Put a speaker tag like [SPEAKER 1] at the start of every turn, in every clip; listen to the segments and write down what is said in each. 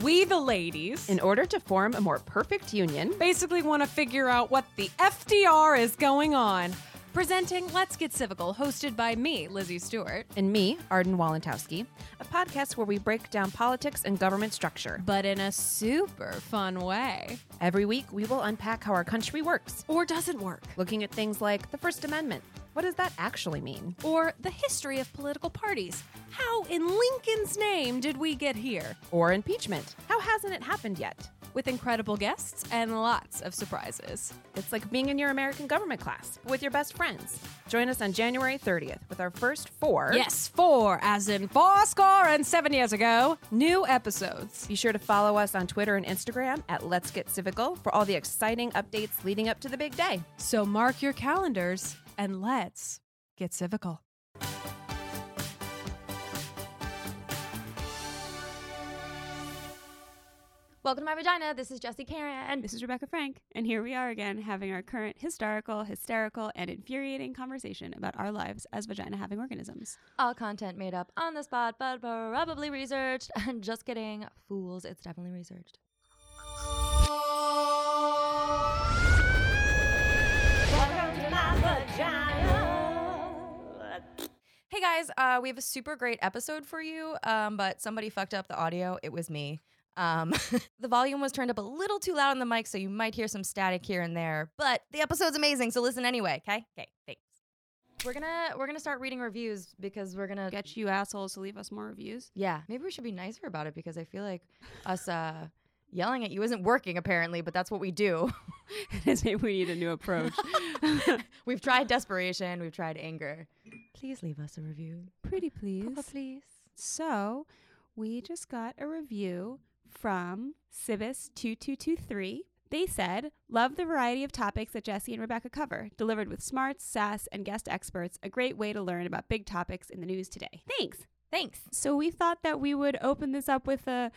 [SPEAKER 1] We, the ladies,
[SPEAKER 2] In order to form a more perfect union,
[SPEAKER 1] basically want to figure out what the FDR is going on. Presenting Let's Get Civical, hosted by me, Lizzie Stewart.
[SPEAKER 2] and me, Arden Walentowski, a podcast where we break down politics and government structure.
[SPEAKER 1] But in a super fun way.
[SPEAKER 2] Every week, we will unpack how our country works,
[SPEAKER 1] Or doesn't work.
[SPEAKER 2] looking at things like the First Amendment. What does that actually mean?
[SPEAKER 1] Or the history of political parties. How in Lincoln's name did we get here?
[SPEAKER 2] Or impeachment? How hasn't it happened yet?
[SPEAKER 1] With incredible guests and lots of surprises.
[SPEAKER 2] It's like being in your American government class but with your best friends. Join us on January 30th with our first four.
[SPEAKER 1] Yes, four, as in four score and seven years ago, new episodes.
[SPEAKER 2] Be sure to follow us on Twitter and Instagram at Let's Get Civical for all the exciting updates leading up to the big day.
[SPEAKER 1] So mark your calendars and let's get civical.
[SPEAKER 3] Welcome to my vagina. This is Jesse Karen.
[SPEAKER 4] This is Rebecca Frank, and here we are again having our current historical, hysterical, and infuriating conversation about our lives as vagina having organisms.
[SPEAKER 3] All content made up on the spot, but probably researched. Just kidding, fools. It's definitely researched. Hey guys, uh, we have a super great episode for you, um, but somebody fucked up the audio. It was me. Um, the volume was turned up a little too loud on the mic, so you might hear some static here and there. But the episode's amazing, so listen anyway. Okay, okay, thanks. We're gonna we're gonna start reading reviews because we're gonna
[SPEAKER 4] Get you assholes to leave us more reviews.
[SPEAKER 3] yeah, maybe we should be nicer about it because I feel like us uh, yelling at you isn't working apparently, but that's what we do.
[SPEAKER 4] Maybe we need a new approach.
[SPEAKER 3] we've tried desperation, we've tried anger. Please leave us a review.
[SPEAKER 4] Pretty please.
[SPEAKER 3] please.
[SPEAKER 4] So, we just got a review from Cibis2223. They said, Love the variety of topics that Jesse and Rebecca cover, delivered with smarts, sass, and guest experts. A great way to learn about big topics in the news today. Thanks.
[SPEAKER 3] Thanks.
[SPEAKER 4] So we thought that we would open this up with a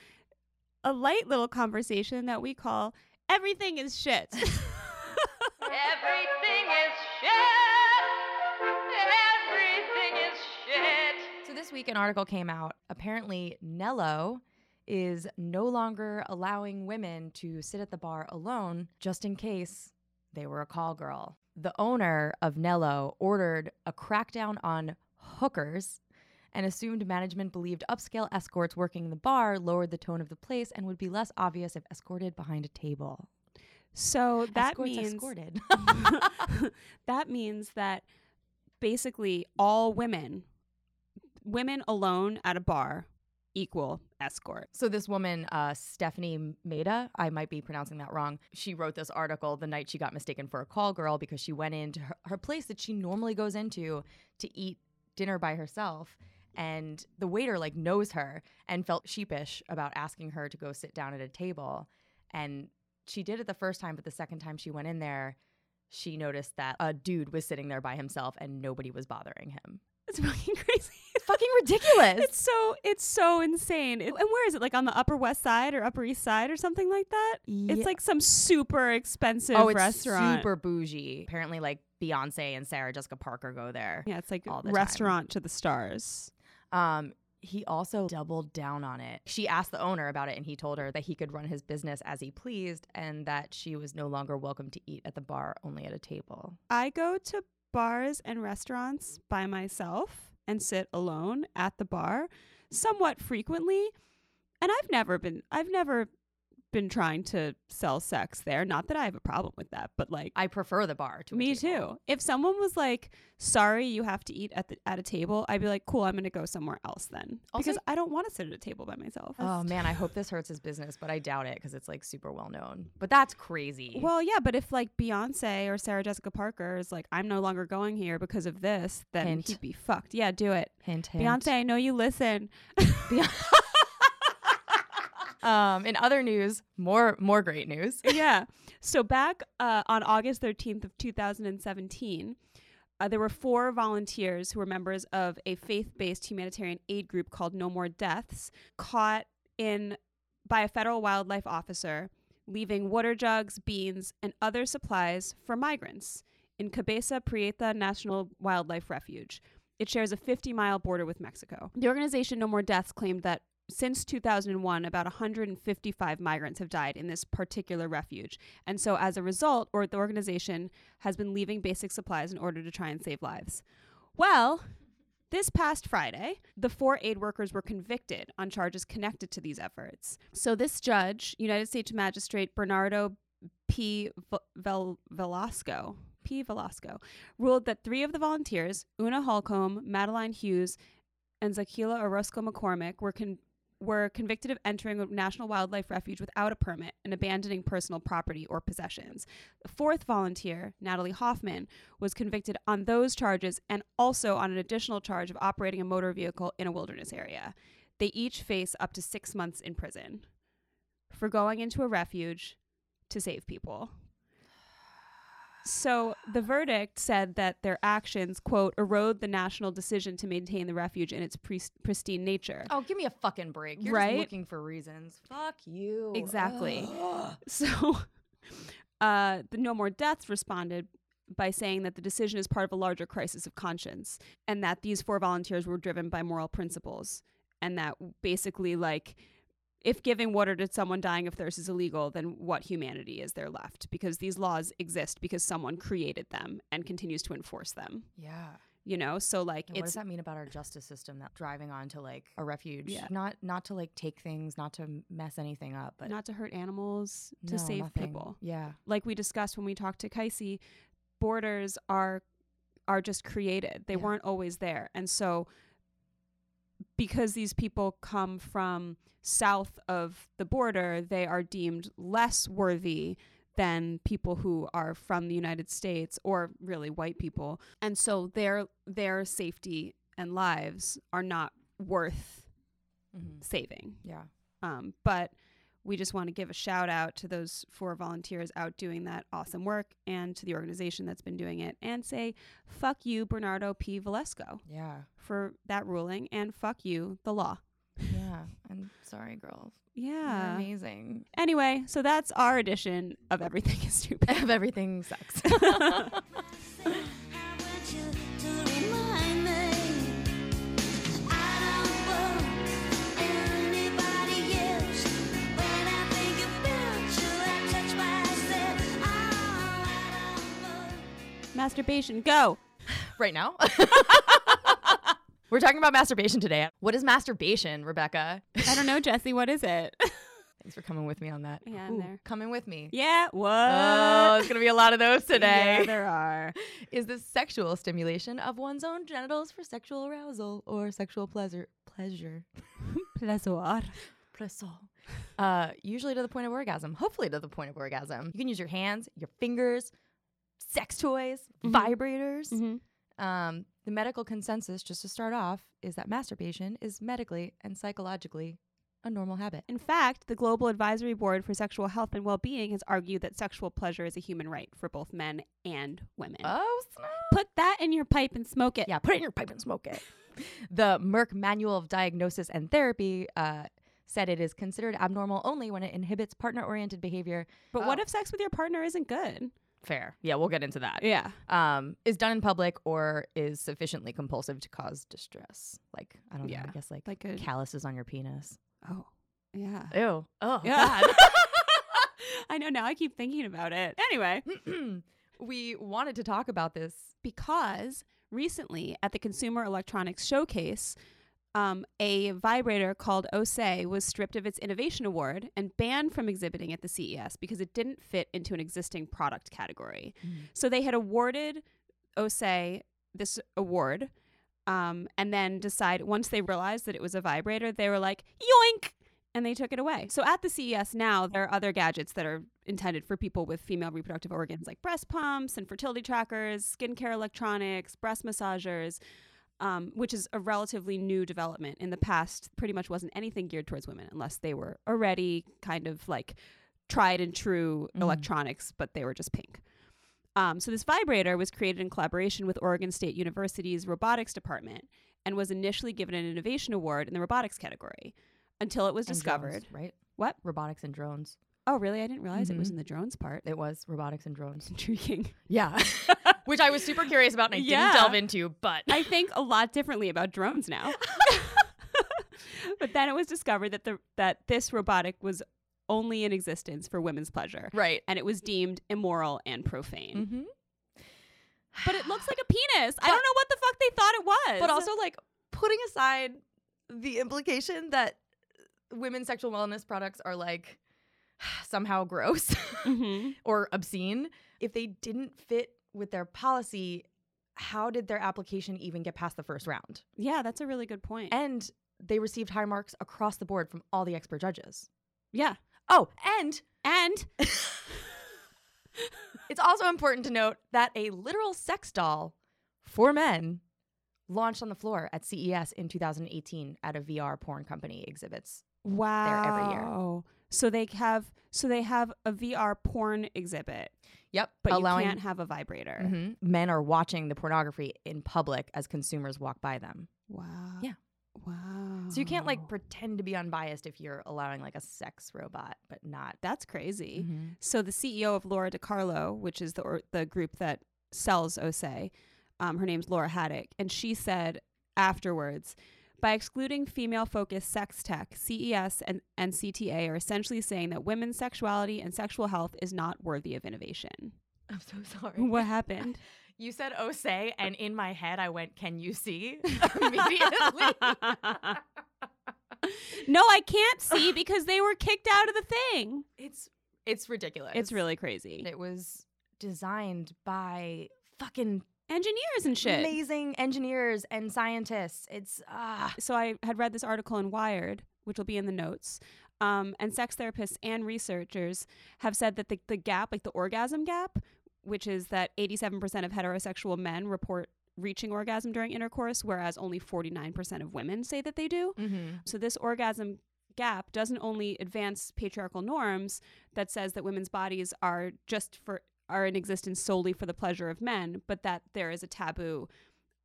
[SPEAKER 4] a light little conversation that we call everything is shit.
[SPEAKER 5] Everything is shit. Everything is shit.
[SPEAKER 3] So this week an article came out. Apparently Nello is no longer allowing women to sit at the bar alone just in case they were a call girl. The owner of Nello ordered a crackdown on hookers and assumed management believed upscale escorts working the bar lowered the tone of the place and would be less obvious if escorted behind a table.
[SPEAKER 4] so that
[SPEAKER 3] escorts
[SPEAKER 4] means
[SPEAKER 3] escorted.
[SPEAKER 4] that means that basically all women women alone at a bar equal escort.
[SPEAKER 3] So this woman, uh, Stephanie Maida, I might be pronouncing that wrong. She wrote this article the night she got mistaken for a call girl because she went into her, her place that she normally goes into to eat dinner by herself, and the waiter like knows her and felt sheepish about asking her to go sit down at a table, and she did it the first time, but the second time she went in there. She noticed that a dude was sitting there by himself and nobody was bothering him.
[SPEAKER 4] It's fucking crazy.
[SPEAKER 3] Fucking ridiculous.
[SPEAKER 4] It's so it's so insane. It- and where is it? Like on the Upper West Side or Upper East Side or something like that?
[SPEAKER 3] Yeah.
[SPEAKER 4] It's like some super expensive
[SPEAKER 3] oh, it's
[SPEAKER 4] restaurant.
[SPEAKER 3] super bougie. Apparently, like Beyonce and Sarah Jessica Parker go there.
[SPEAKER 4] Yeah, it's like
[SPEAKER 3] all the time.
[SPEAKER 4] restaurant to the stars.
[SPEAKER 3] Um, he also doubled down on it. She asked the owner about it, and he told her that he could run his business as he pleased, and that she was no longer welcome to eat at the bar, only at a table.
[SPEAKER 4] I go to bars and restaurants by myself and sit alone at the bar somewhat frequently. And I've never been I've never been trying to sell sex there. Not that I have a problem with that, but like
[SPEAKER 3] I prefer the bar to a
[SPEAKER 4] me
[SPEAKER 3] table.
[SPEAKER 4] too. If someone was like, "Sorry, you have to eat at the at a table," I'd be like, "Cool, I'm going to go somewhere else then,"
[SPEAKER 3] Also-
[SPEAKER 4] because I don't want to sit at a table by myself.
[SPEAKER 3] Oh man, I hope this hurts his business, but I doubt it because it's like super well known. But that's crazy.
[SPEAKER 4] Well, yeah, but if like Beyonce or Sarah Jessica Parker is like, I'm no longer going here because of this, then
[SPEAKER 3] Hint.
[SPEAKER 4] he'd be fucked. Yeah, do it.
[SPEAKER 3] hint, hint.
[SPEAKER 4] Beyonce, I know you listen.
[SPEAKER 3] Um, in other news, more more great news.
[SPEAKER 4] yeah. So back uh, on August 13th of 2017, uh, there were four volunteers who were members of a faith-based humanitarian aid group called No More Deaths, caught in by a federal wildlife officer leaving water jugs, beans, and other supplies for migrants in Cabeza Prieta National Wildlife Refuge. It shares a 50 mile border with Mexico. The organization No More Deaths claimed that since 2001, about 155 migrants have died in this particular refuge. And so, as a result, or the organization has been leaving basic supplies in order to try and save lives. Well, this past Friday, the four aid workers were convicted on charges connected to these efforts. So, this judge, United States Magistrate Bernardo P. Vel- Vel- Velasco, P. Velasco, ruled that three of the volunteers, Una Holcomb, Madeline Hughes, and Zakila Orozco McCormick, were con- were convicted of entering a national wildlife refuge without a permit and abandoning personal property or possessions. The fourth volunteer, Natalie Hoffman, was convicted on those charges and also on an additional charge of operating a motor vehicle in a wilderness area. They each face up to six months in prison for going into a refuge to save people. So the verdict said that their actions, quote, erode the national decision to maintain the refuge in its pres- pristine nature.
[SPEAKER 3] Oh, give me a fucking break. You're
[SPEAKER 4] Right?
[SPEAKER 3] just looking for reasons. Fuck you.
[SPEAKER 4] Exactly. so uh, the No More Deaths responded by saying that the decision is part of a larger crisis of conscience and that these four volunteers were driven by moral principles and that basically like if giving water to someone dying of thirst is illegal then what humanity is there left because these laws exist because someone created them and continues to enforce them
[SPEAKER 3] Yeah.
[SPEAKER 4] you know so like
[SPEAKER 3] And what does
[SPEAKER 4] it's
[SPEAKER 3] that mean about our justice system that driving on to like a refuge?
[SPEAKER 4] Yeah.
[SPEAKER 3] Not not to like take things, not to mess anything up, but
[SPEAKER 4] not to hurt animals to
[SPEAKER 3] no,
[SPEAKER 4] save
[SPEAKER 3] nothing.
[SPEAKER 4] people
[SPEAKER 3] Yeah.
[SPEAKER 4] like we discussed when we talked to Kaisi, borders are are just created. They
[SPEAKER 3] Yeah.
[SPEAKER 4] weren't always there. And so because these people come from south of the border, they are deemed less worthy than people who are from the United States or really white people. And so their their safety and lives are not worth Mm-hmm.
[SPEAKER 3] hmm
[SPEAKER 4] saving.
[SPEAKER 3] Yeah.
[SPEAKER 4] Um, but we just want to give a shout out to those four volunteers out doing that awesome work and to the organization that's been doing it and say, fuck you, Bernardo P. Valesco,
[SPEAKER 3] Yeah.
[SPEAKER 4] for that ruling and fuck you, the law.
[SPEAKER 3] Yeah. I'm sorry, girls. You're
[SPEAKER 4] Yeah.
[SPEAKER 3] amazing.
[SPEAKER 4] Anyway, so that's our edition of Everything is Stupid.
[SPEAKER 3] Of everything sucks.
[SPEAKER 6] I want you to remind me I don't want anybody else. When I think about you, I touch myself. Oh, I don't want.
[SPEAKER 4] Masturbation, go.
[SPEAKER 3] right now. We're talking about masturbation today. What is masturbation, Rebecca?
[SPEAKER 4] I don't know, Jesse, what is it?
[SPEAKER 3] Thanks for coming with me on that.
[SPEAKER 4] Yeah, I'm there.
[SPEAKER 3] Coming with me.
[SPEAKER 4] yeah, what?
[SPEAKER 3] Oh, it's gonna be a lot of those today.
[SPEAKER 4] Yeah, there are.
[SPEAKER 3] is the sexual stimulation of one's own genitals for sexual arousal or sexual pleasure pleasure
[SPEAKER 4] Pleasure.
[SPEAKER 3] pleasure uh, usually to the point of orgasm hopefully to the point of orgasm you can use your hands your fingers sex toys vibrators
[SPEAKER 4] Mhm.
[SPEAKER 3] um, the medical consensus just to start off is that masturbation is medically and psychologically a normal habit
[SPEAKER 4] In fact, the Global Advisory Board for Sexual Health and Well-Being has argued that sexual pleasure is a human right for both men and women.
[SPEAKER 3] oh snap
[SPEAKER 4] Put that in your pipe and smoke it.
[SPEAKER 3] Yeah, put it in your pipe and smoke it. the Merck Manual of Diagnosis and Therapy uh, said it is considered abnormal only when it inhibits partner oriented behavior.
[SPEAKER 4] But what
[SPEAKER 3] Oh.
[SPEAKER 4] if sex with your partner isn't good?
[SPEAKER 3] Fair. Yeah, we'll get into that.
[SPEAKER 4] Yeah.
[SPEAKER 3] Um, is done in public or is sufficiently compulsive to cause distress. Like, I don't know,
[SPEAKER 4] Yeah,
[SPEAKER 3] I guess like,
[SPEAKER 4] like a-
[SPEAKER 3] calluses on your penis.
[SPEAKER 4] Oh. Yeah.
[SPEAKER 3] Ew. Oh,
[SPEAKER 4] Yeah.
[SPEAKER 3] God.
[SPEAKER 4] I know now I keep thinking about it. Anyway,
[SPEAKER 3] we wanted to talk about this.
[SPEAKER 4] because recently at the Consumer Electronics Showcase, um, a vibrator called Osei was stripped of its innovation award and banned from exhibiting at the CES because it didn't fit into an existing product category. So they had awarded Osei this award, um, and then decide once they realized that it was a vibrator, they were like, yoink! And they took it away. So at the CES now, there are other gadgets that are intended for people with female reproductive organs, like breast pumps and fertility trackers, skincare electronics, breast massagers, um, which is a relatively new development. In the past, pretty much wasn't anything geared towards women unless they were already kind of like tried and true
[SPEAKER 3] Mm-hmm.
[SPEAKER 4] electronics, but they were just pink. Um, so this vibrator was created in collaboration with Oregon State University's robotics department and was initially given an innovation award in the robotics category until it was
[SPEAKER 3] And drones,
[SPEAKER 4] discovered.
[SPEAKER 3] right?
[SPEAKER 4] What?
[SPEAKER 3] Robotics and drones.
[SPEAKER 4] Oh, really? I didn't realize it was
[SPEAKER 3] Mhm.
[SPEAKER 4] in the drones part.
[SPEAKER 3] It was robotics and drones.
[SPEAKER 4] Intriguing.
[SPEAKER 3] Yeah. Which I was super curious about and I
[SPEAKER 4] Yeah.
[SPEAKER 3] didn't delve into, but
[SPEAKER 4] I think a lot differently about drones now. but then it was discovered that the that this robotic was only in existence for women's pleasure,
[SPEAKER 3] Right.
[SPEAKER 4] and it was deemed immoral and profane.
[SPEAKER 3] Mm-hmm.
[SPEAKER 4] But it looks like a penis. I don't know what the fuck they thought it was.
[SPEAKER 3] But also, like, putting aside the implication that women's sexual wellness products are like somehow gross
[SPEAKER 4] Mhm.
[SPEAKER 3] or obscene, if they didn't fit with their policy, how did their application even get past the first round?
[SPEAKER 4] yeah, that's a really good point.
[SPEAKER 3] And they received high marks across the board from all the expert judges.
[SPEAKER 4] yeah,
[SPEAKER 3] Oh, and
[SPEAKER 4] and
[SPEAKER 3] It's also important to note that a literal sex doll for men launched on the floor at CES in 2018 at a VR porn company exhibits.
[SPEAKER 4] wow,
[SPEAKER 3] every year.
[SPEAKER 4] So they have so they have a VR porn exhibit,
[SPEAKER 3] Yep,
[SPEAKER 4] but you can't have a vibrator.
[SPEAKER 3] Mhm. men are watching the pornography in public as consumers walk by them.
[SPEAKER 4] Wow.
[SPEAKER 3] Yeah.
[SPEAKER 4] Wow.
[SPEAKER 3] So you can't like pretend to be unbiased if you're allowing like a sex robot, but not.
[SPEAKER 4] That's crazy.
[SPEAKER 3] Mm-hmm.
[SPEAKER 4] So the CEO of Laura DiCarlo, which is the or, the group that sells Osei, um, her name's Laura Haddock, and she said afterwards, by excluding female-focused sex tech, CES and, and CTA are essentially saying that women's sexuality and sexual health is not worthy of innovation.
[SPEAKER 3] I'm so sorry.
[SPEAKER 4] What happened?
[SPEAKER 3] You said oh say, and in my head I went, can you see? Immediately.
[SPEAKER 4] no, I can't see because they were kicked out of the thing.
[SPEAKER 3] it's it's ridiculous.
[SPEAKER 4] It's really crazy.
[SPEAKER 3] It was designed by fucking
[SPEAKER 4] Engineers and shit.
[SPEAKER 3] amazing engineers and scientists. It's ah,
[SPEAKER 4] so I had read this article in Wired, which will be in the notes. Um, and sex therapists and researchers have said that the, the gap, like the orgasm gap, which is that 87% of heterosexual men report reaching orgasm during intercourse, whereas only 49% of women say that they do. So this orgasm gap doesn't only advance patriarchal norms that says that women's bodies are just for are in existence solely for the pleasure of men, but that there is a taboo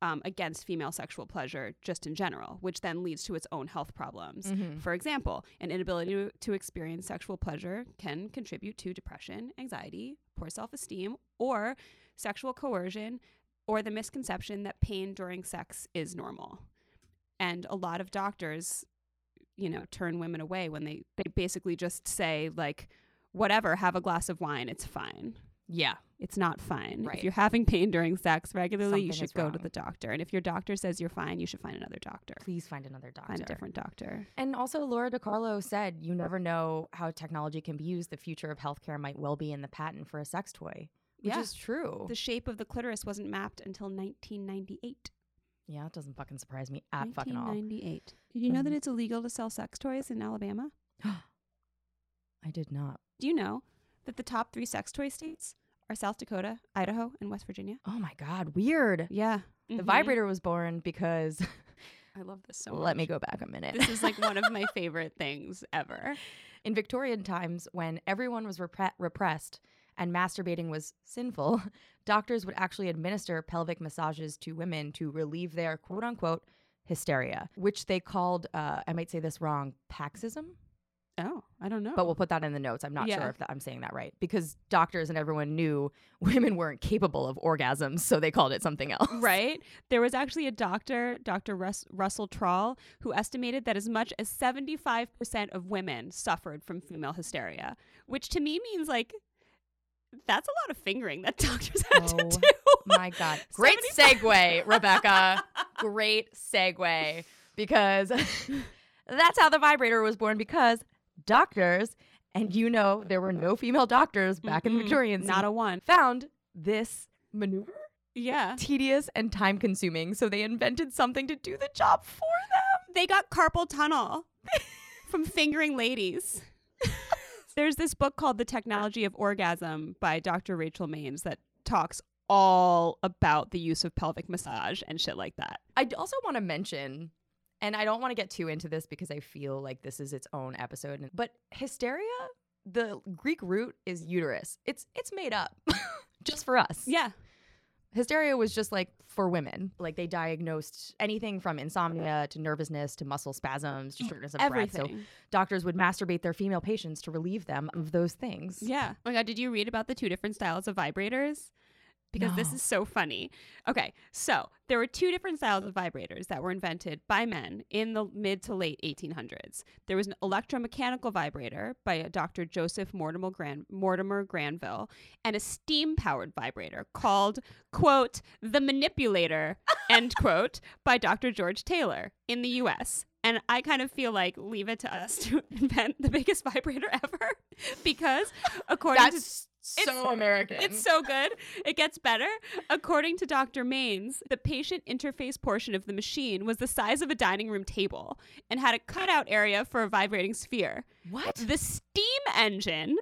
[SPEAKER 4] um, against female sexual pleasure just in general, which then leads to its own health problems.
[SPEAKER 3] Mm-hmm.
[SPEAKER 4] For example, an inability to, to experience sexual pleasure can contribute to depression, anxiety, poor self esteem, or sexual coercion, or the misconception that pain during sex is normal. And a lot of doctors, you know, turn women away when they, they basically just say, like, whatever, have a glass of wine, it's fine
[SPEAKER 3] yeah,
[SPEAKER 4] it's not fine.
[SPEAKER 3] Right.
[SPEAKER 4] If you're having pain during sex regularly, you
[SPEAKER 3] Something is
[SPEAKER 4] should go to
[SPEAKER 3] wrong.
[SPEAKER 4] the doctor. And if your doctor says you're fine, you should find another doctor.
[SPEAKER 3] please find another doctor.
[SPEAKER 4] Find a different doctor.
[SPEAKER 3] And also, Laura DiCarlo said, "You never know how technology can be used. The future of healthcare might well be in the patent for a sex toy." Which
[SPEAKER 4] Yeah.
[SPEAKER 3] is true.
[SPEAKER 4] The shape of the clitoris wasn't mapped until 1998.
[SPEAKER 3] yeah, it doesn't fucking surprise me at Ah, fucking all.
[SPEAKER 4] 1998. Did you know that
[SPEAKER 3] Mhm.
[SPEAKER 4] it's illegal to sell sex toys in Alabama?
[SPEAKER 3] I did not.
[SPEAKER 4] Do you know that the top three sex toy states are South Dakota, Idaho, and West Virginia?
[SPEAKER 3] Oh my god, weird.
[SPEAKER 4] Yeah.
[SPEAKER 3] The vibrator was born because
[SPEAKER 4] I love this so much.
[SPEAKER 3] let me go back a minute.
[SPEAKER 4] This is like one of my favorite things ever.
[SPEAKER 3] In Victorian times, when everyone was repre- repressed and masturbating was sinful, doctors would actually administer pelvic massages to women to relieve their quote unquote hysteria, which they called, uh, I might say this wrong, paxism.
[SPEAKER 4] Oh, I don't know.
[SPEAKER 3] But we'll put that in the notes. I'm not
[SPEAKER 4] Yeah.
[SPEAKER 3] sure if that, I'm saying that right because doctors and everyone knew women weren't capable of orgasms, so they called it something else.
[SPEAKER 4] Right? There was actually a doctor, Dr. Rus- Russell Trawl, who estimated that as much as 75% of women suffered from female hysteria, which to me means like that's a lot of fingering that doctors had to
[SPEAKER 3] Oh
[SPEAKER 4] do.
[SPEAKER 3] My God. Great segue, Rebecca. Great segue. Because that's how the vibrator was born because doctors, and you know, there were no female doctors back in the
[SPEAKER 4] Mm-mm,
[SPEAKER 3] Victorian
[SPEAKER 4] Not
[SPEAKER 3] scene,
[SPEAKER 4] a one.
[SPEAKER 3] found this maneuver
[SPEAKER 4] Yeah.
[SPEAKER 3] tedious and time consuming. So they invented something to do the job for them.
[SPEAKER 4] They got carpal tunnel from fingering ladies. There's this book called The Technology of Orgasm by Dr. Rachel Maines that talks all about the use of pelvic massage and shit like that.
[SPEAKER 3] I d- also want to mention, and I don't want to get too into this because I feel like this is its own episode, but hysteria. The Greek root is uterus. It's it's made up just for us.
[SPEAKER 4] Yeah.
[SPEAKER 3] hysteria was just like for women. Like they diagnosed anything from insomnia to nervousness to muscle spasms
[SPEAKER 7] Mm,
[SPEAKER 3] to shortness of breath. So
[SPEAKER 4] Everything.
[SPEAKER 3] doctors would masturbate their female patients to relieve them of those things.
[SPEAKER 4] Yeah. Oh my god, did you read about the two different styles of vibrators? because this
[SPEAKER 3] No.
[SPEAKER 4] is so funny. Okay, so there were two different styles of vibrators that were invented by men in the mid to late 1800s. There was an electromechanical vibrator by a Dr. Joseph Mortimer, Gran- Mortimer Granville and a steam powered vibrator called, quote, the manipulator, end quote, by Dr. George Taylor in the US. And I kind of feel like leave it to us to invent the biggest vibrator ever because according to
[SPEAKER 7] That's so American.
[SPEAKER 4] it's so good. It gets better. According to Dr. Maines, the patient interface portion of the machine was the size of a dining room table and had a cutout area for a vibrating sphere.
[SPEAKER 3] What?
[SPEAKER 4] The steam engine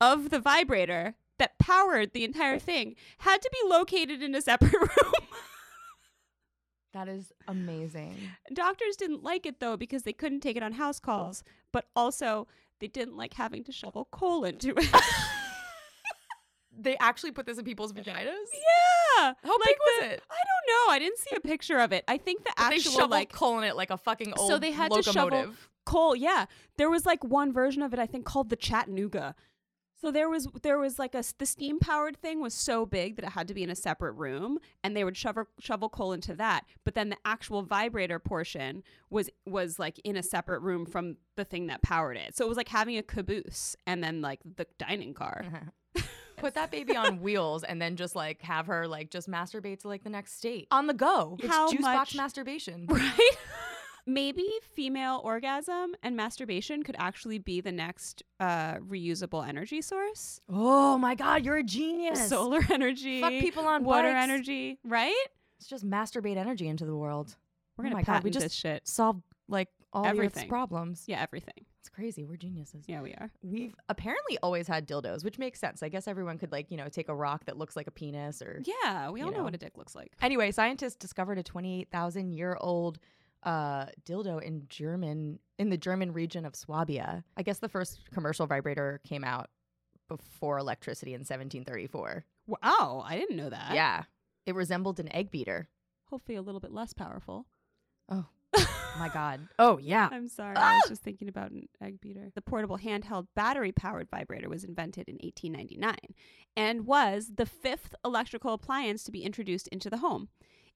[SPEAKER 4] of the vibrator that powered the entire thing had to be located in a separate room.
[SPEAKER 3] That is amazing.
[SPEAKER 4] Doctors didn't like it though because they couldn't take it on house calls, but also they didn't like having to shovel coal into it.
[SPEAKER 7] they actually put this in people's vaginas.
[SPEAKER 4] yeah.
[SPEAKER 7] How big was it?
[SPEAKER 4] I don't know. I didn't see a picture of it. I think the
[SPEAKER 7] But they
[SPEAKER 4] actual
[SPEAKER 7] shoveled
[SPEAKER 4] like
[SPEAKER 7] coal in it like a fucking old
[SPEAKER 4] so they had
[SPEAKER 7] locomotive.
[SPEAKER 4] to shovel coal. Yeah, there was like one version of it I think called the Chattanooga. So there was there was like a s- the steam powered thing was so big that it had to be in a separate room, and they would shovel shovel coal into that. But then the actual vibrator portion was was like in a separate room from the thing that powered it. So it was like having a caboose and then like the dining car.
[SPEAKER 3] Put that baby on wheels and then just like have her like just masturbate to like the next state on the go. It's
[SPEAKER 4] How
[SPEAKER 3] juice box
[SPEAKER 4] much-
[SPEAKER 3] masturbation.
[SPEAKER 4] right? Maybe female orgasm and masturbation could actually be the next uh, reusable energy source.
[SPEAKER 3] Oh my god, you're a genius.
[SPEAKER 4] Solar energy,
[SPEAKER 3] Fuck people on
[SPEAKER 4] water
[SPEAKER 3] bikes.
[SPEAKER 4] energy, right?
[SPEAKER 3] It's just masturbate energy into the world.
[SPEAKER 4] We're
[SPEAKER 3] Oh
[SPEAKER 4] gonna
[SPEAKER 3] my
[SPEAKER 4] patent
[SPEAKER 3] god, we just
[SPEAKER 4] this shit.
[SPEAKER 3] solved like all Everything.
[SPEAKER 4] Everything.
[SPEAKER 3] problems.
[SPEAKER 4] Yeah, everything.
[SPEAKER 3] It's crazy. We're geniuses.
[SPEAKER 4] Yeah, we are.
[SPEAKER 3] We've apparently always had dildos, which makes sense. I guess everyone could like, you know, take a rock that looks like a penis or
[SPEAKER 4] Yeah, we all
[SPEAKER 3] You
[SPEAKER 4] know, what
[SPEAKER 3] know.
[SPEAKER 4] a dick looks like.
[SPEAKER 3] Anyway, scientists discovered a 28,000 year old uh, dildo in German in the German region of Swabia. I guess the first commercial vibrator came out before electricity in 1734.
[SPEAKER 4] Wow, I didn't know that.
[SPEAKER 3] yeah, it resembled an egg beater.
[SPEAKER 4] Hopefully, a little bit less powerful.
[SPEAKER 3] Oh my god. Oh yeah.
[SPEAKER 4] I'm sorry. I was just thinking about an egg beater. The portable handheld battery powered vibrator was invented in 1899 and was the fifth electrical appliance to be introduced into the home.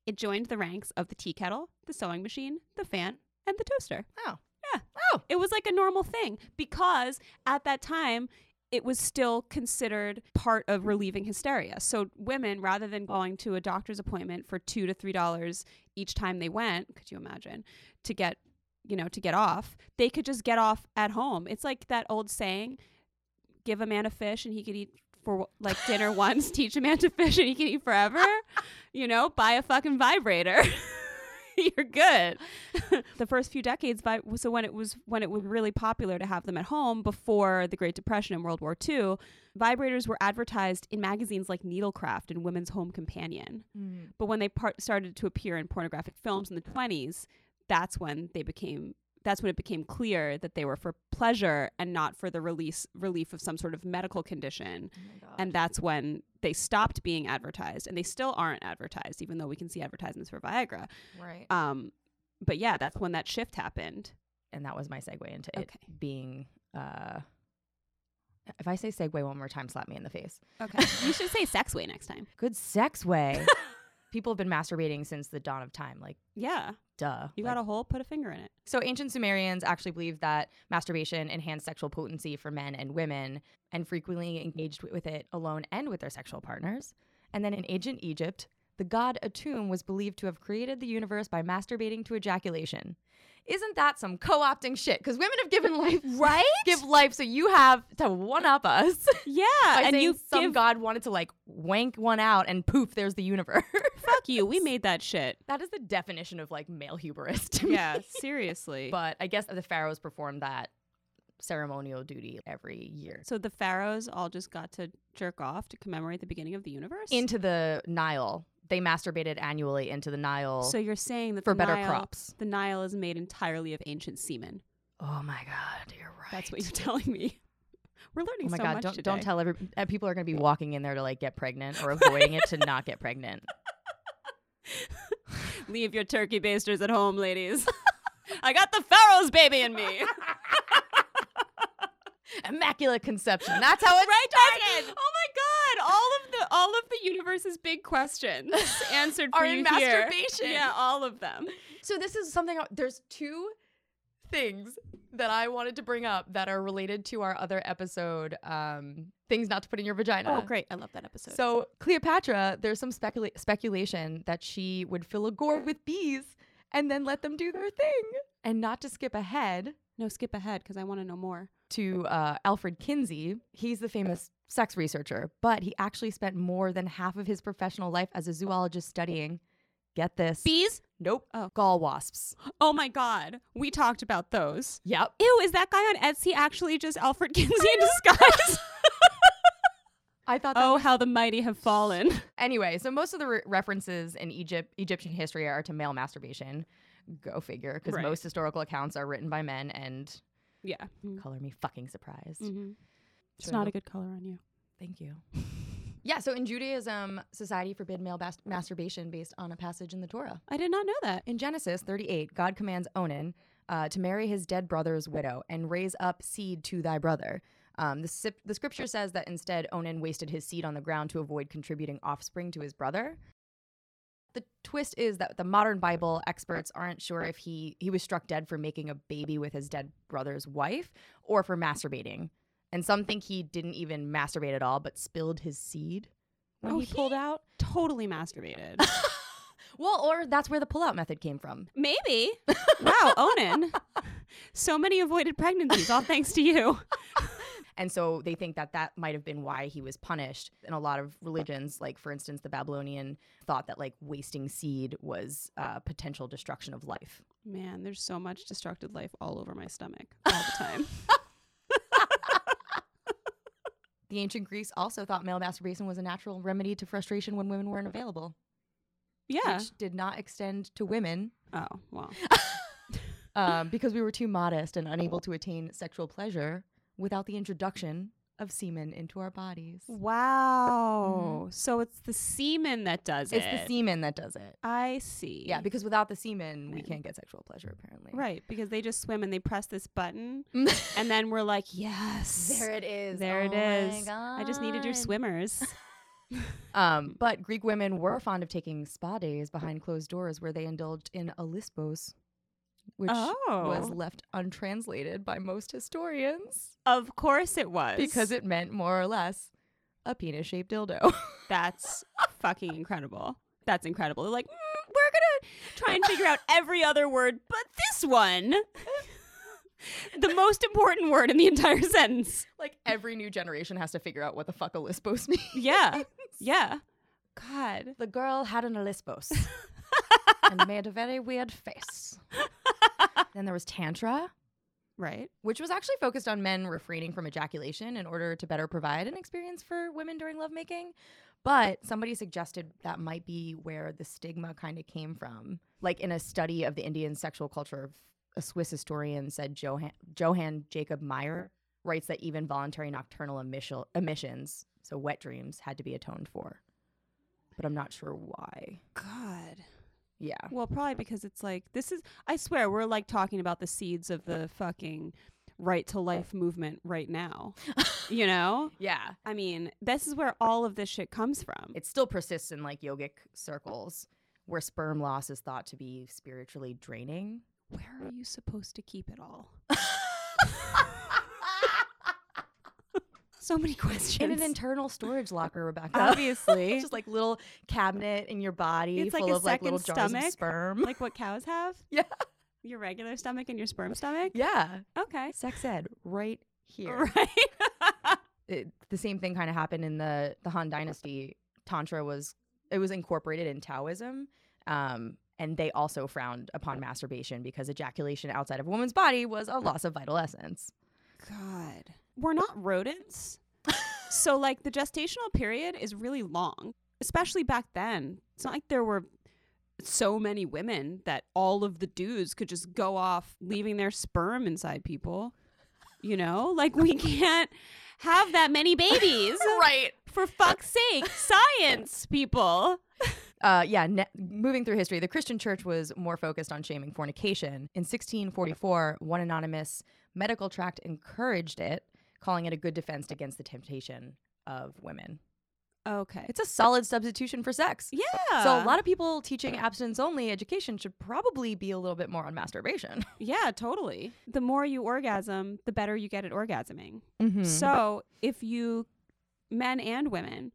[SPEAKER 4] It joined the ranks of the tea kettle, the sewing machine, the fan, and the toaster.
[SPEAKER 3] Oh.
[SPEAKER 4] Yeah.
[SPEAKER 3] Oh.
[SPEAKER 4] It was like a normal thing because at that time, it was still considered part of relieving hysteria. So women, rather than going to a doctor's appointment for two to three dollars each time they went, could you imagine, to get you know, to get off, they could just get off at home. It's like that old saying, give a man a fish and he could eat for like dinner once, teach a man to fish and he can eat forever. you know, buy a fucking vibrator. You're good. the first few decades, vi- so when it was when it was really popular to have them at home before the Great Depression and World War II, vibrators were advertised in magazines like Needlecraft and Women's Home Companion.
[SPEAKER 3] Mm,
[SPEAKER 4] But when they part- started to appear in pornographic films in the 20s, that's when they became that's when it became clear that they were for pleasure and not for the release relief of some sort of medical condition.
[SPEAKER 3] oh
[SPEAKER 4] and that's when they stopped being advertised and they still aren't advertised even though we can see advertisements for Viagra.
[SPEAKER 3] Right.
[SPEAKER 4] Um but yeah, that's when that shift happened.
[SPEAKER 3] And that was my segue into it
[SPEAKER 4] Okay.
[SPEAKER 3] being uh if I say segue one more time, slap me in the face.
[SPEAKER 4] Okay. you should say sex way next time.
[SPEAKER 3] Good sex way. People have been masturbating since the dawn of time. Like,
[SPEAKER 4] Yeah.
[SPEAKER 3] duh.
[SPEAKER 4] You
[SPEAKER 3] Like,
[SPEAKER 4] got a hole, put a finger in it.
[SPEAKER 3] So ancient Sumerians actually believed that masturbation enhanced sexual potency for men and women and frequently engaged with it alone and with their sexual partners. And then in ancient Egypt, the god Atum was believed to have created the universe by masturbating to ejaculation. Isn't that some co-opting shit? Because women have given life, right? Give life, so you have to one up us.
[SPEAKER 4] Yeah,
[SPEAKER 3] by
[SPEAKER 4] and
[SPEAKER 3] saying
[SPEAKER 4] you
[SPEAKER 3] some
[SPEAKER 4] give
[SPEAKER 3] god wanted to like wank one out, and poof, there's the universe.
[SPEAKER 4] fuck you. We made that shit.
[SPEAKER 3] that is the definition of like male hubris. To me.
[SPEAKER 4] Yeah, seriously.
[SPEAKER 3] But I guess the pharaohs performed that ceremonial duty every year.
[SPEAKER 4] So the pharaohs all just got to jerk off to commemorate the beginning of the universe.
[SPEAKER 3] Into the Nile, they masturbated annually into the Nile.
[SPEAKER 4] so you're saying that
[SPEAKER 3] for
[SPEAKER 4] the
[SPEAKER 3] better
[SPEAKER 4] Nile-
[SPEAKER 3] crops.
[SPEAKER 4] The Nile is made entirely of ancient semen.
[SPEAKER 3] oh my God, you're right.
[SPEAKER 4] That's what you're telling me. We're learning
[SPEAKER 3] Oh my
[SPEAKER 4] so
[SPEAKER 3] God!
[SPEAKER 4] much
[SPEAKER 3] Don't
[SPEAKER 4] today.
[SPEAKER 3] don't tell every uh, people are going to be walking in there to like get pregnant or avoiding it to not get pregnant.
[SPEAKER 4] Leave your turkey basters at home, ladies. I got the pharaoh's baby in me.
[SPEAKER 3] Immaculate conception. That's how it
[SPEAKER 4] right,
[SPEAKER 3] started.
[SPEAKER 4] Jasmine? Oh my all of the all of the universe's big questions answered for
[SPEAKER 7] Are
[SPEAKER 4] you
[SPEAKER 7] in
[SPEAKER 4] here.
[SPEAKER 7] masturbation.
[SPEAKER 4] Yeah, all of them.
[SPEAKER 7] So this is something. There's two things that I wanted to bring up that are related to our other episode, um, things not to put in your vagina.
[SPEAKER 4] Oh, great! I love that episode.
[SPEAKER 7] So Cleopatra, there's some specula- speculation that she would fill a gourd with bees and then let them do their thing, and not to skip ahead
[SPEAKER 4] no, skip ahead because I want to know more.
[SPEAKER 3] to uh, Alfred Kinsey. He's the famous sex researcher, but he actually spent more than half of his professional life as a zoologist studying. Get this.
[SPEAKER 4] Bees?
[SPEAKER 3] Nope.
[SPEAKER 4] Oh.
[SPEAKER 3] Gall wasps.
[SPEAKER 4] Oh my God, we talked about those.
[SPEAKER 3] Yep.
[SPEAKER 4] Ew, is that guy on Etsy actually just Alfred Kinsey in disguise?
[SPEAKER 3] I thought. That
[SPEAKER 4] oh, how the mighty have fallen.
[SPEAKER 3] Anyway, so most of the re- references in Egypt, Egyptian history, are to male masturbation. Go figure, because
[SPEAKER 4] Right.
[SPEAKER 3] most historical accounts are written by men. And
[SPEAKER 4] Yeah,
[SPEAKER 3] color me fucking surprised.
[SPEAKER 4] Mm-hmm. it's not a good color on you.
[SPEAKER 3] Thank you. yeah. So in Judaism, society forbid male bas- masturbation based on a passage in the Torah.
[SPEAKER 4] I did not know that.
[SPEAKER 3] In Genesis 38, God commands Onan uh, to marry his dead brother's widow and raise up seed to thy brother. Um, the, sip- the scripture says that instead Onan wasted his seed on the ground to avoid contributing offspring to his brother. The twist is that the modern Bible experts aren't sure if he, he was struck dead for making a baby with his dead brother's wife or for masturbating. And some think he didn't even masturbate at all, but spilled his seed when
[SPEAKER 4] Oh,
[SPEAKER 3] he pulled
[SPEAKER 4] he-
[SPEAKER 3] out.
[SPEAKER 4] Totally masturbated.
[SPEAKER 3] Well, or that's where the pull out method came from.
[SPEAKER 4] Maybe. wow, Onan. So many avoided pregnancies, all thanks to you.
[SPEAKER 3] And so they think that that might have been why he was punished. In a lot of religions, like for instance, the Babylonian thought that like wasting seed was uh, potential destruction of life.
[SPEAKER 4] Man, there's so much destructive life all over my stomach all the time.
[SPEAKER 3] The ancient Greeks also thought male masturbation was a natural remedy to frustration when women weren't available,
[SPEAKER 4] Yeah.
[SPEAKER 3] which did not extend to women
[SPEAKER 4] Oh, well.
[SPEAKER 3] um, because we were too modest and unable to attain sexual pleasure without the introduction of semen into our bodies.
[SPEAKER 4] Wow. Mm-hmm. So it's the semen that does
[SPEAKER 3] It's the
[SPEAKER 4] it.
[SPEAKER 3] semen that does it.
[SPEAKER 4] I see.
[SPEAKER 3] Yeah, because without the semen, we
[SPEAKER 4] Man.
[SPEAKER 3] can't get sexual pleasure, apparently.
[SPEAKER 4] Right, because they just swim and they press this button, and then we're like, yes.
[SPEAKER 3] it is. Oh
[SPEAKER 4] There it is. I just needed your Mm.
[SPEAKER 3] God.
[SPEAKER 4] swimmers.
[SPEAKER 3] Um, but Greek women were fond of taking spa days behind closed doors where they indulged in alispos, which was
[SPEAKER 4] Oh.
[SPEAKER 3] left untranslated by most historians
[SPEAKER 4] of course it was.
[SPEAKER 3] because it meant more or less a penis shaped dildo.
[SPEAKER 4] That's fucking incredible. That's incredible. They're like, mm, we're gonna try and figure out every other word but this one. the most important word in the entire sentence.
[SPEAKER 3] like every new generation has to figure out what the fuck alispos means.
[SPEAKER 4] Yeah. Yeah. God.
[SPEAKER 3] The girl had an alispos and made a very weird face. then there was tantra.
[SPEAKER 4] Right.
[SPEAKER 3] Which was actually focused on men refraining from ejaculation in order to better provide an experience for women during lovemaking. But somebody suggested that might be where the stigma kind of came from. Like in a study of the Indian sexual culture, a Swiss historian said Johann, Johann Jacob Meyer writes that even voluntary nocturnal emission, emissions, so wet dreams, had to be atoned for. But I'm not sure why.
[SPEAKER 4] God.
[SPEAKER 3] Yeah.
[SPEAKER 4] Well, probably because it's like this is I swear we're like talking about the seeds of the fucking right to life movement right now. you know?
[SPEAKER 3] Yeah.
[SPEAKER 4] I mean, this is where all of this shit comes from.
[SPEAKER 3] it still persists in like yogic circles where sperm loss is thought to be spiritually draining.
[SPEAKER 4] where are you supposed to keep it all? so many questions.
[SPEAKER 3] In an internal storage locker, Rebecca.
[SPEAKER 4] Obviously.
[SPEAKER 3] It's just like little cabinet in your body
[SPEAKER 4] It's like
[SPEAKER 3] full
[SPEAKER 4] a
[SPEAKER 3] of like little
[SPEAKER 4] second
[SPEAKER 3] jars
[SPEAKER 4] stomach.
[SPEAKER 3] of sperm.
[SPEAKER 4] like what cows have?
[SPEAKER 3] Yeah.
[SPEAKER 4] Your regular stomach and your sperm stomach?
[SPEAKER 3] yeah.
[SPEAKER 4] Okay.
[SPEAKER 3] Sex ed right here.
[SPEAKER 4] Right.
[SPEAKER 3] It, the same thing kind of happened in the the Han dynasty. Tantra was it was incorporated in Taoism. Um and they also frowned upon masturbation because ejaculation outside of a woman's body was a loss of vital essence.
[SPEAKER 4] God. We're not rodents. so like the gestational period is really long, especially back then. It's not like there were so many women that all of the dudes could just go off leaving their sperm inside people. You know? Like we can't have that many babies.
[SPEAKER 7] Right.
[SPEAKER 4] For fuck's sake, science, people.
[SPEAKER 3] uh, yeah, ne- moving through history, the Christian church was more focused on shaming fornication. In 1644, one anonymous medical tract encouraged it, calling it a good defense against the temptation of women.
[SPEAKER 4] Okay.
[SPEAKER 3] It's a solid substitution for sex.
[SPEAKER 4] yeah.
[SPEAKER 3] So a lot of people teaching abstinence only education should probably be a little bit more on masturbation.
[SPEAKER 4] Yeah, totally. The more you orgasm, the better you get at orgasming.
[SPEAKER 3] Mm.
[SPEAKER 4] So if you, men and women,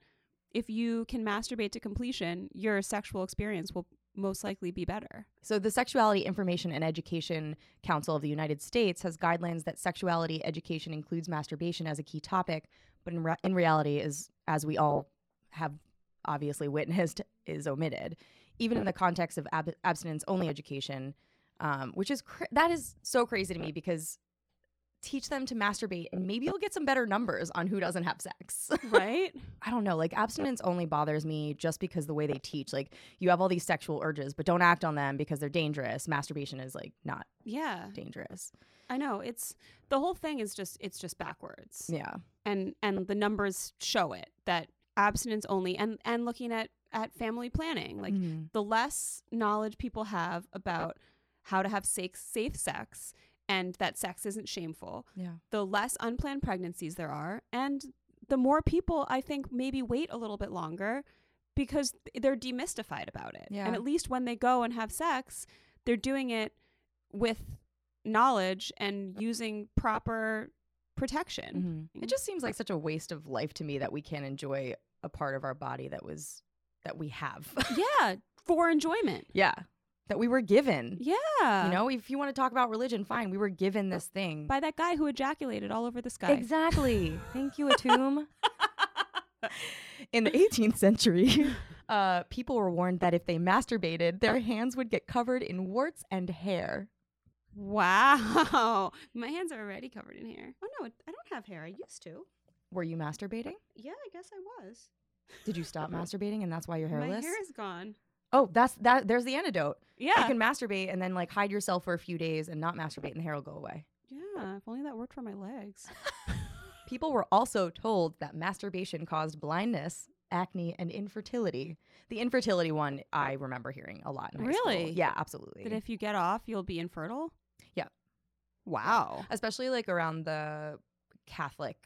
[SPEAKER 4] if you can masturbate to completion, your sexual experience will most likely be better.
[SPEAKER 3] So, the Sexuality Information and Education Council of the United States has guidelines that sexuality education includes masturbation as a key topic, but in, re- in reality, is as we all have obviously witnessed, is omitted, even in the context of ab- abstinence-only education, um, which is cra- that is so crazy to me because teach them to masturbate and maybe you'll get some better numbers on who doesn't have sex.
[SPEAKER 4] Right?
[SPEAKER 3] I don't know, like abstinence only bothers me just because the way they teach. Like you have all these sexual urges, but don't act on them because they're dangerous. Masturbation is like not
[SPEAKER 4] yeah.
[SPEAKER 3] dangerous.
[SPEAKER 4] I know. It's the whole thing is just it's just backwards.
[SPEAKER 3] Yeah.
[SPEAKER 4] And and the numbers show it that abstinence only and and looking at at family planning,
[SPEAKER 3] Mm.
[SPEAKER 4] like the less knowledge people have about how to have safe, safe sex and that sex isn't shameful,
[SPEAKER 3] Yeah.
[SPEAKER 4] the less unplanned pregnancies there are, and the more people I think maybe wait a little bit longer because they're demystified about it.
[SPEAKER 3] Yeah.
[SPEAKER 4] And at least when they go and have sex, they're doing it with knowledge and using proper protection.
[SPEAKER 3] It just seems like such a waste of life to me that we can't enjoy a part of our body that was that we have.
[SPEAKER 4] Yeah, for enjoyment.
[SPEAKER 3] yeah. That we were given.
[SPEAKER 4] Yeah.
[SPEAKER 3] You know, if you want to talk about religion, fine. We were given this thing.
[SPEAKER 4] by that guy who ejaculated all over the sky.
[SPEAKER 3] Exactly. Thank you, Atum. In the 18th century, uh, people were warned that if they masturbated, their hands would get covered in warts and hair.
[SPEAKER 4] Wow. My hands are already covered in hair. Oh no, I don't have hair. I used to.
[SPEAKER 3] Were you masturbating?
[SPEAKER 4] Yeah, I guess I was.
[SPEAKER 3] Did you stop masturbating and that's why you're
[SPEAKER 4] My
[SPEAKER 3] hairless?
[SPEAKER 4] hair is gone.
[SPEAKER 3] oh, that's that. There's the antidote.
[SPEAKER 4] Yeah.
[SPEAKER 3] You can masturbate and then like hide yourself for a few days and not masturbate, and the hair will go away.
[SPEAKER 4] yeah, if only that worked for my legs.
[SPEAKER 3] People were also told that masturbation caused blindness, acne, and infertility. The infertility one I remember hearing a lot. In high school.
[SPEAKER 4] Really?
[SPEAKER 3] Yeah, absolutely.
[SPEAKER 4] That if you get off, you'll be infertile?
[SPEAKER 3] Yeah.
[SPEAKER 4] Wow.
[SPEAKER 3] especially like around the Catholic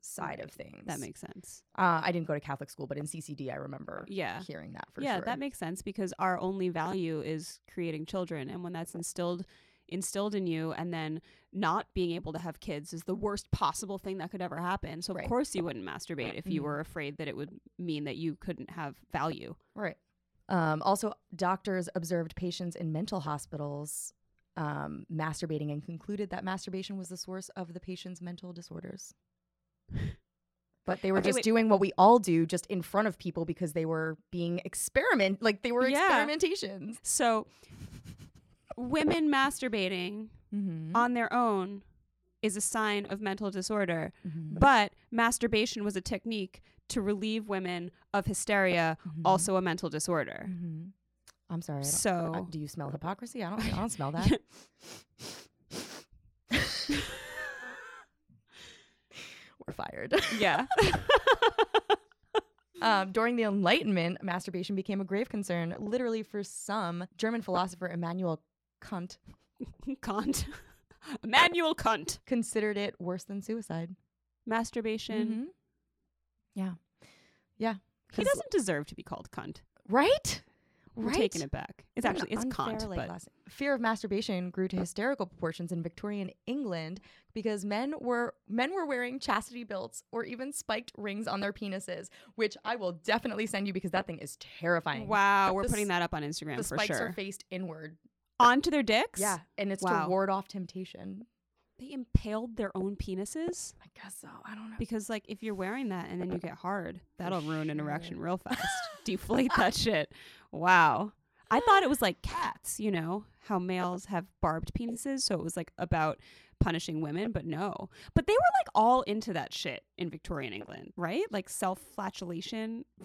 [SPEAKER 3] side of things.
[SPEAKER 4] That makes sense.
[SPEAKER 3] Uh, I didn't go to Catholic school, but in CCD, I remember
[SPEAKER 4] Yeah.
[SPEAKER 3] hearing that for
[SPEAKER 4] yeah,
[SPEAKER 3] sure.
[SPEAKER 4] that makes sense because our only value is creating children and when that's instilled instilled in you and then not being able to have kids is the worst possible thing that could ever happen. So of
[SPEAKER 3] Right.
[SPEAKER 4] course you wouldn't masturbate if you
[SPEAKER 3] Mhm.
[SPEAKER 4] were afraid that it would mean that you couldn't have value.
[SPEAKER 3] right. Um, also, doctors observed patients in mental hospitals um, masturbating and concluded that masturbation was the source of the patient's mental disorders. But they were
[SPEAKER 4] Okay,
[SPEAKER 3] just
[SPEAKER 4] wait.
[SPEAKER 3] doing what we all do, just in front of people, because they were being experiment, like they were
[SPEAKER 4] Yeah.
[SPEAKER 3] experimentations.
[SPEAKER 4] So women masturbating
[SPEAKER 3] Mm-hmm.
[SPEAKER 4] on their own is a sign of mental disorder, Mm-hmm.
[SPEAKER 3] Mm-hmm.
[SPEAKER 4] but masturbation was a technique to relieve women of hysteria,
[SPEAKER 3] Mm-hmm.
[SPEAKER 4] also a mental disorder.
[SPEAKER 3] I'm sorry. I don't-
[SPEAKER 4] So
[SPEAKER 3] Uh, do you smell hypocrisy? I don't. I don't smell that. We're fired.
[SPEAKER 4] yeah.
[SPEAKER 3] Um, during the Enlightenment, masturbation became a grave concern, literally for some. German philosopher Immanuel Kant
[SPEAKER 4] cunt. Manual cunt.
[SPEAKER 3] considered it worse than suicide.
[SPEAKER 4] Masturbation.
[SPEAKER 3] Mhm. Yeah, yeah.
[SPEAKER 4] He
[SPEAKER 3] 'Cause-
[SPEAKER 4] doesn't deserve to be called cunt.
[SPEAKER 3] right.
[SPEAKER 4] We're
[SPEAKER 3] Right.
[SPEAKER 4] taking it back. It's
[SPEAKER 3] What an
[SPEAKER 4] actually it's
[SPEAKER 3] unfair,
[SPEAKER 4] cunt,
[SPEAKER 3] like,
[SPEAKER 4] but
[SPEAKER 3] lesson. fear of masturbation grew to hysterical proportions in Victorian England because men were men were wearing chastity belts or even spiked rings on their penises, which I will definitely send you because that thing is terrifying.
[SPEAKER 4] wow, we're
[SPEAKER 3] The
[SPEAKER 4] putting
[SPEAKER 3] s-
[SPEAKER 4] that up on Instagram
[SPEAKER 3] The
[SPEAKER 4] for
[SPEAKER 3] spikes
[SPEAKER 4] sure.
[SPEAKER 3] are faced inward.
[SPEAKER 4] Onto their dicks.
[SPEAKER 3] Yeah, and it's
[SPEAKER 4] Wow.
[SPEAKER 3] to ward off temptation.
[SPEAKER 4] they impaled their own penises
[SPEAKER 3] I guess so. I don't know.
[SPEAKER 4] because, like, if you're wearing that and then you get hard, that'll ruin an
[SPEAKER 3] sure.
[SPEAKER 4] erection real fast. Deflate that shit. Wow. I thought it was like cats, you know, how males have barbed penises, so it was like about punishing women, but no. But they were like all into that shit in Victorian England, right? Like self-flagellation.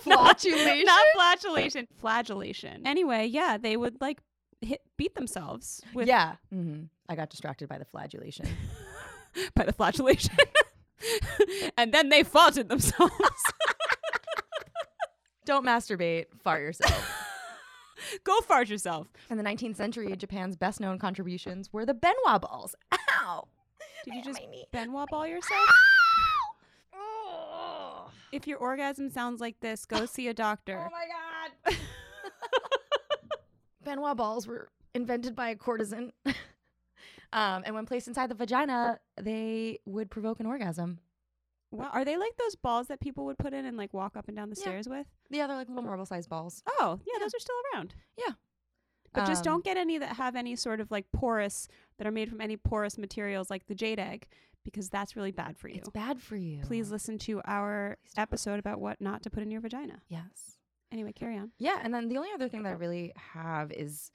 [SPEAKER 3] Flagellation?
[SPEAKER 4] Not flagellation, flagellation. Anyway, yeah, they would like hit beat themselves with
[SPEAKER 3] yeah. hmm I got distracted by the flagellation.
[SPEAKER 4] by the flagellation. and then they faulted themselves.
[SPEAKER 3] don't masturbate. Fart yourself.
[SPEAKER 4] Go fart yourself.
[SPEAKER 3] In the 19th century, Japan's best known contributions were the Benoit balls. Ow!
[SPEAKER 4] Did you
[SPEAKER 3] My
[SPEAKER 4] just
[SPEAKER 3] knee.
[SPEAKER 4] Benoit ball yourself?
[SPEAKER 3] Ow! Ugh.
[SPEAKER 4] If your orgasm sounds like this, go see a
[SPEAKER 3] Oh
[SPEAKER 4] doctor.
[SPEAKER 7] my god.
[SPEAKER 3] Benoit balls were invented by a courtesan. um, and when placed inside the vagina, they would provoke an orgasm.
[SPEAKER 4] Wow, are they like those balls that people would put in and like walk up and down the
[SPEAKER 3] Yeah.
[SPEAKER 4] stairs with?
[SPEAKER 3] Yeah, they're like little marble sized balls.
[SPEAKER 4] Oh, yeah, those are still around.
[SPEAKER 3] Yeah.
[SPEAKER 4] But just
[SPEAKER 3] Um,
[SPEAKER 4] don't get any that have any sort of like porous that are made from any porous materials like the jade egg because that's really bad for you.
[SPEAKER 3] It's bad for you.
[SPEAKER 4] Please listen to our
[SPEAKER 3] Please don't.
[SPEAKER 4] episode about what not to put in your vagina.
[SPEAKER 3] Yes.
[SPEAKER 4] Anyway, carry on.
[SPEAKER 3] Yeah, and then the only other thing that I really have is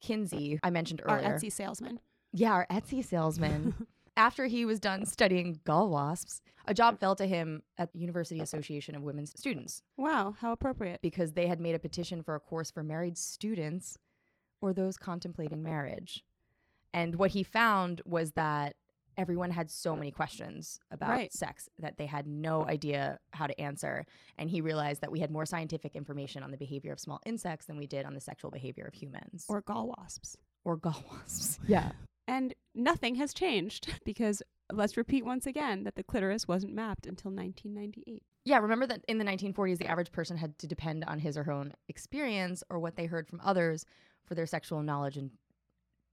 [SPEAKER 3] Kinsey. I mentioned
[SPEAKER 4] Our
[SPEAKER 3] earlier.
[SPEAKER 4] Etsy salesman.
[SPEAKER 3] Yeah, our Etsy salesman. After he was done studying gull wasps, a job fell to him at the University Association of Women's Students
[SPEAKER 4] Wow, how appropriate.
[SPEAKER 3] because they had made a petition for a course for married students or those contemplating marriage. And what he found was that everyone had so many questions about
[SPEAKER 4] Right.
[SPEAKER 3] sex that they had no idea how to answer. And he realized that we had more scientific information on the behavior of small insects than we did on the sexual behavior of humans
[SPEAKER 4] Or gall wasps.
[SPEAKER 3] or gall wasps. Yeah.
[SPEAKER 4] And nothing has changed because let's repeat once again that the clitoris wasn't mapped until 1998.
[SPEAKER 3] Yeah, remember that in the 1940s, the average person had to depend on his or her own experience or what they heard from others for their sexual knowledge, and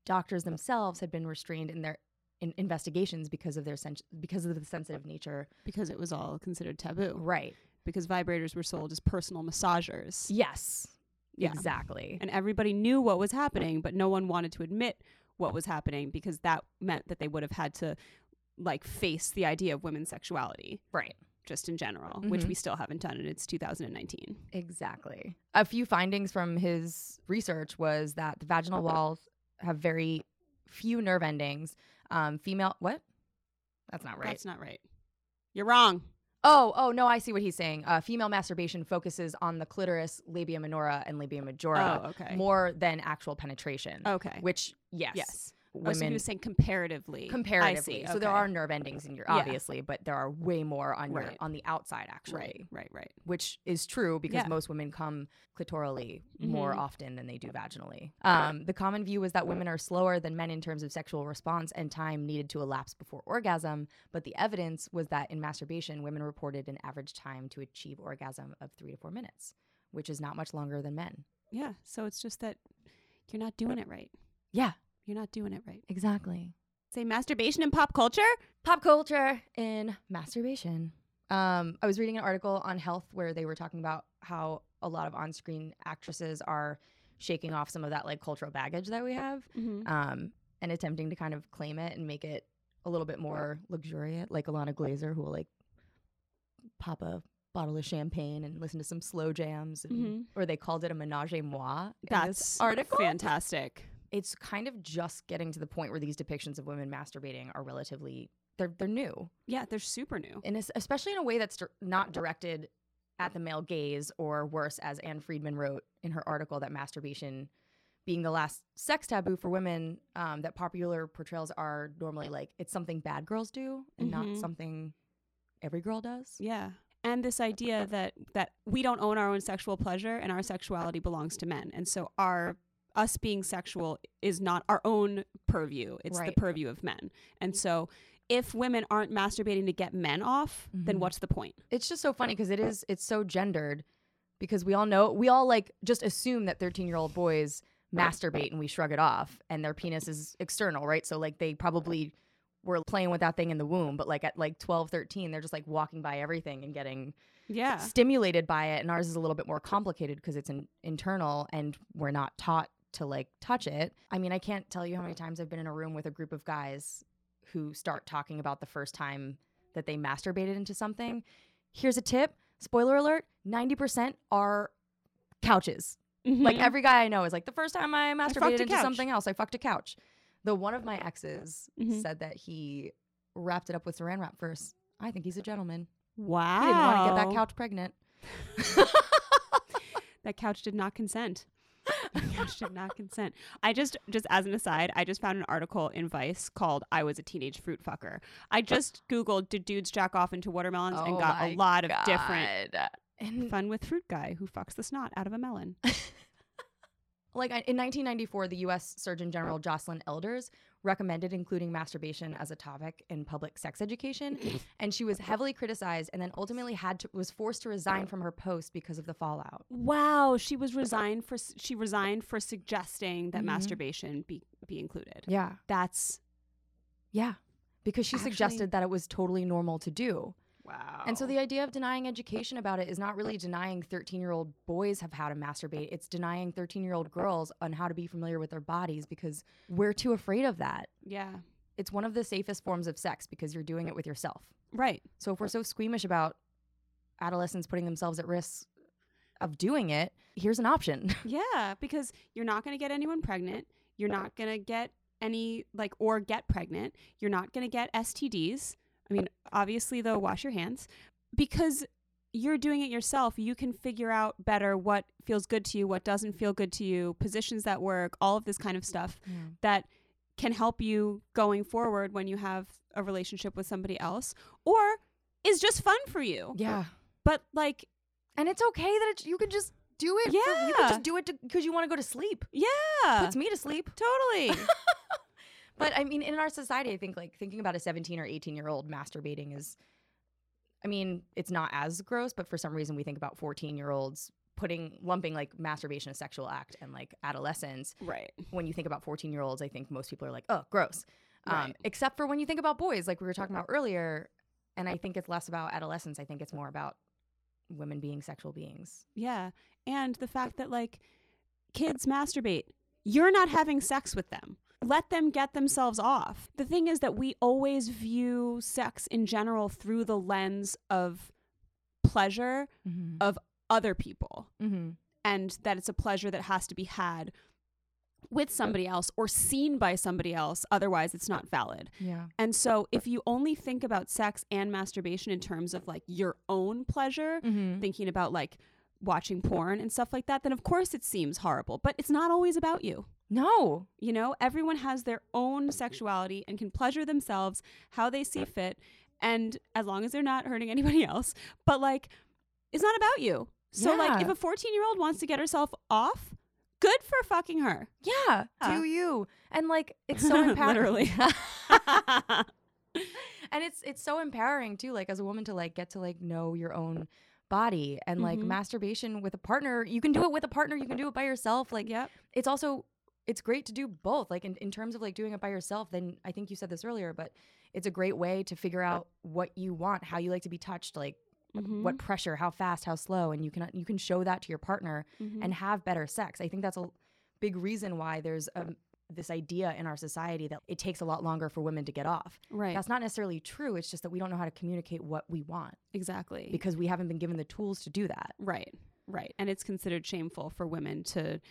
[SPEAKER 3] doctors themselves had been restrained in their in investigations because of their sen- because of the sensitive nature.
[SPEAKER 4] Because it was all considered taboo.
[SPEAKER 3] Right.
[SPEAKER 4] Because vibrators were sold as personal massagers.
[SPEAKER 3] Yes.
[SPEAKER 4] Yeah.
[SPEAKER 3] Exactly.
[SPEAKER 4] and everybody knew what was happening, but no one wanted to admit what was happening because that meant that they would have had to like face the idea of women's sexuality
[SPEAKER 3] Right.
[SPEAKER 4] just in general, which
[SPEAKER 3] Mhm.
[SPEAKER 4] we still haven't done and it's 2019.
[SPEAKER 3] Exactly. A few findings from his research was that the vaginal walls have very few nerve endings. Um, female. What? That's not right.
[SPEAKER 4] That's not right. You're wrong.
[SPEAKER 3] Oh, oh no, I see what he's saying. Uh, female masturbation focuses on the clitoris, labia minora, and labia majora
[SPEAKER 4] Oh, okay.
[SPEAKER 3] more than actual penetration.
[SPEAKER 4] Okay.
[SPEAKER 3] Which, yes,
[SPEAKER 4] yes. Oh, so he
[SPEAKER 3] women
[SPEAKER 4] was saying comparatively. I see,
[SPEAKER 3] comparatively. So there
[SPEAKER 4] okay.
[SPEAKER 3] are nerve endings in your,
[SPEAKER 4] Yeah.
[SPEAKER 3] obviously, but there are way more on your
[SPEAKER 4] Right.
[SPEAKER 3] on the outside actually,
[SPEAKER 4] Right, right, right.
[SPEAKER 3] which is true because
[SPEAKER 4] Yeah.
[SPEAKER 3] most women come clitorally more
[SPEAKER 4] Mhm.
[SPEAKER 3] often than they do vaginally. Um, the common view was that women are slower than men in terms of sexual response and time needed to elapse before orgasm, but the evidence was that in masturbation, women reported an average time to achieve orgasm of three to four minutes, which is not much longer than men.
[SPEAKER 4] Yeah. So it's just that you're not doing it right.
[SPEAKER 3] Yeah,
[SPEAKER 4] You're not doing it right.
[SPEAKER 3] exactly.
[SPEAKER 4] Say masturbation in pop culture?
[SPEAKER 3] Pop culture in masturbation. Um, I was reading an article on health where they were talking about how a lot of on-screen actresses are shaking off some of that like cultural baggage that we have.
[SPEAKER 4] Mm-hmm.
[SPEAKER 3] um, and attempting to kind of claim it and make it a little bit more luxuriant, like Alana Glazer, who will like pop a bottle of champagne and listen to some slow jams, and,
[SPEAKER 4] Mhm.
[SPEAKER 3] or they called it a menage a moi. in
[SPEAKER 4] That's
[SPEAKER 3] this article.
[SPEAKER 4] fantastic.
[SPEAKER 3] It's kind of just getting to the point where these depictions of women masturbating are relatively they're they're new,
[SPEAKER 4] Yeah, they're super new.
[SPEAKER 3] and es- especially in a way that's dir- not directed at the male gaze, or worse, as Anne Friedman wrote in her article that masturbation being the last sex taboo for women, um, that popular portrayals are normally like it's something bad girls do and
[SPEAKER 4] Mhm.
[SPEAKER 3] not something every girl does.
[SPEAKER 4] Yeah. And this idea that that we don't own our own sexual pleasure and our sexuality belongs to men. And so our us being sexual is not our own purview. It's the
[SPEAKER 3] Right.
[SPEAKER 4] purview of men. And so if women aren't masturbating to get men off, then
[SPEAKER 3] Mhm.
[SPEAKER 4] what's the point?
[SPEAKER 3] It's just so funny because it is it's so gendered because we all know we all like just assume that 13 year old boys masturbate and we shrug it off and their penis is external right so like they probably were playing with that thing in the womb but like at like 12 13 they're just like walking by everything and getting
[SPEAKER 4] Yeah.
[SPEAKER 3] stimulated by it and ours is a little bit more complicated because it's an internal and we're not taught to like touch it i mean i can't tell you how many times i've been in a room with a group of guys who start talking about the first time that they masturbated into something here's a tip spoiler alert 90% are couches like every guy i know is like the first time i
[SPEAKER 4] Mm-hmm. fucked a
[SPEAKER 3] masturbated into
[SPEAKER 4] couch."
[SPEAKER 3] something else i fucked a couch though one of my exes
[SPEAKER 4] Mhm.
[SPEAKER 3] said that he wrapped it up with saran wrap first i think he's a gentleman
[SPEAKER 4] Mm-hmm. wow.
[SPEAKER 3] he didn't want to get that couch pregnant
[SPEAKER 4] That couch did not consent. That couch did not consent. I just, just as an aside, I just found an article in Vice called "I Was a Teenage Fruit Fucker." I just googled "Do dudes jack off into watermelons?" and
[SPEAKER 3] Oh
[SPEAKER 4] got
[SPEAKER 3] my
[SPEAKER 4] a lot of different
[SPEAKER 3] And
[SPEAKER 4] fun with fruit guy who fucks the snot out of a melon.
[SPEAKER 3] like I- in 1994, the U.S. Surgeon General Jocelyn Elders recommended including masturbation as a topic in public sex education, and she was heavily criticized and then ultimately had to, was forced to resign from her post because of the fallout.
[SPEAKER 4] Wow, she was resigned for s- she resigned for suggesting that
[SPEAKER 3] Mhm.
[SPEAKER 4] masturbation be be included.
[SPEAKER 3] Yeah,
[SPEAKER 4] That's
[SPEAKER 3] yeah, because she
[SPEAKER 4] Actually-
[SPEAKER 3] suggested that it was totally normal to do.
[SPEAKER 4] wow.
[SPEAKER 3] And so the idea of denying education about it is not really denying 13 year old boys have how to masturbate. It's denying 13 year old girls on how to be familiar with their bodies because we're too afraid of that.
[SPEAKER 4] yeah,
[SPEAKER 3] It's one of the safest forms of sex because you're doing it with yourself.
[SPEAKER 4] right.
[SPEAKER 3] So if we're so squeamish about adolescents putting themselves at risk of doing it, here's an option.
[SPEAKER 4] Yeah, because you're not going to get anyone pregnant. You're not going to get any, like, or get pregnant. You're not going to get STDs. I mean, obviously, though, wash your hands because you're doing it yourself. You can figure out better what feels good to you, what doesn't feel good to you, positions that work, all of this kind of stuff that can help you going forward when you have a relationship with somebody else or is just fun for you.
[SPEAKER 3] Yeah.
[SPEAKER 4] But, like,
[SPEAKER 3] And it's okay that it's, you can just do it. for- you can
[SPEAKER 4] Yeah.
[SPEAKER 3] just do it because you want to go to sleep.
[SPEAKER 4] yeah,
[SPEAKER 3] Puts me to sleep.
[SPEAKER 4] totally.
[SPEAKER 3] But I mean, in our society, I think like thinking about a 17 or 18 year old masturbating is, I mean, it's not as gross, but for some reason we think about 14 year olds putting, lumping like masturbation a sexual act and like adolescence.
[SPEAKER 4] right.
[SPEAKER 3] When you think about 14 year olds, I think most people are like, oh, gross. Um,
[SPEAKER 4] Right.
[SPEAKER 3] Except for when you think about boys, like we were talking about earlier. And I think it's less about adolescence. I think it's more about women being sexual beings.
[SPEAKER 4] Yeah. And the fact that like kids masturbate, you're not having sex with them. Let them get themselves off. The thing is that we always view sex in general through the lens of pleasure
[SPEAKER 3] Mm-hmm.
[SPEAKER 4] of other people
[SPEAKER 3] Mm-hmm.
[SPEAKER 4] and that it's a pleasure that has to be had with somebody else or seen by somebody else. Otherwise, it's not valid.
[SPEAKER 3] Yeah.
[SPEAKER 4] And so, if you only think about sex and masturbation in terms of like your own pleasure,
[SPEAKER 3] Mm-hmm.
[SPEAKER 4] thinking about like watching porn and stuff like that, then of course it seems horrible. But it's not always about you.
[SPEAKER 3] No.
[SPEAKER 4] You know, everyone has their own sexuality and can pleasure themselves how they see fit. And as long as they're not hurting anybody else, but like, it's not about you. So, like,
[SPEAKER 3] Yeah.
[SPEAKER 4] if a 14 year old wants to get herself off, good for fucking her.
[SPEAKER 3] Yeah.
[SPEAKER 4] Yeah.
[SPEAKER 3] Do you? And like, it's so empowering.
[SPEAKER 4] Literally.
[SPEAKER 3] and it's it's so empowering too like as a woman to like get to like know your own body and like
[SPEAKER 4] Mhm.
[SPEAKER 3] masturbation with a partner you can do it with a partner you can do it by yourself like
[SPEAKER 4] yep.
[SPEAKER 3] it's also it's great to do both like in, in terms of like doing it by yourself then i think you said this earlier but it's a great way to figure out what you want how you like to be touched like what pressure how fast how slow and you can you can show that to your partner
[SPEAKER 4] Mhm.
[SPEAKER 3] and have better sex i think that's a big reason why there's um, this idea in our society that it takes a lot longer for women to get off
[SPEAKER 4] right.
[SPEAKER 3] that's not necessarily true. It's just that we don't know how to communicate what we want
[SPEAKER 4] exactly.
[SPEAKER 3] because we haven't been given the tools to do that.
[SPEAKER 4] Right, right. And it's considered shameful for women to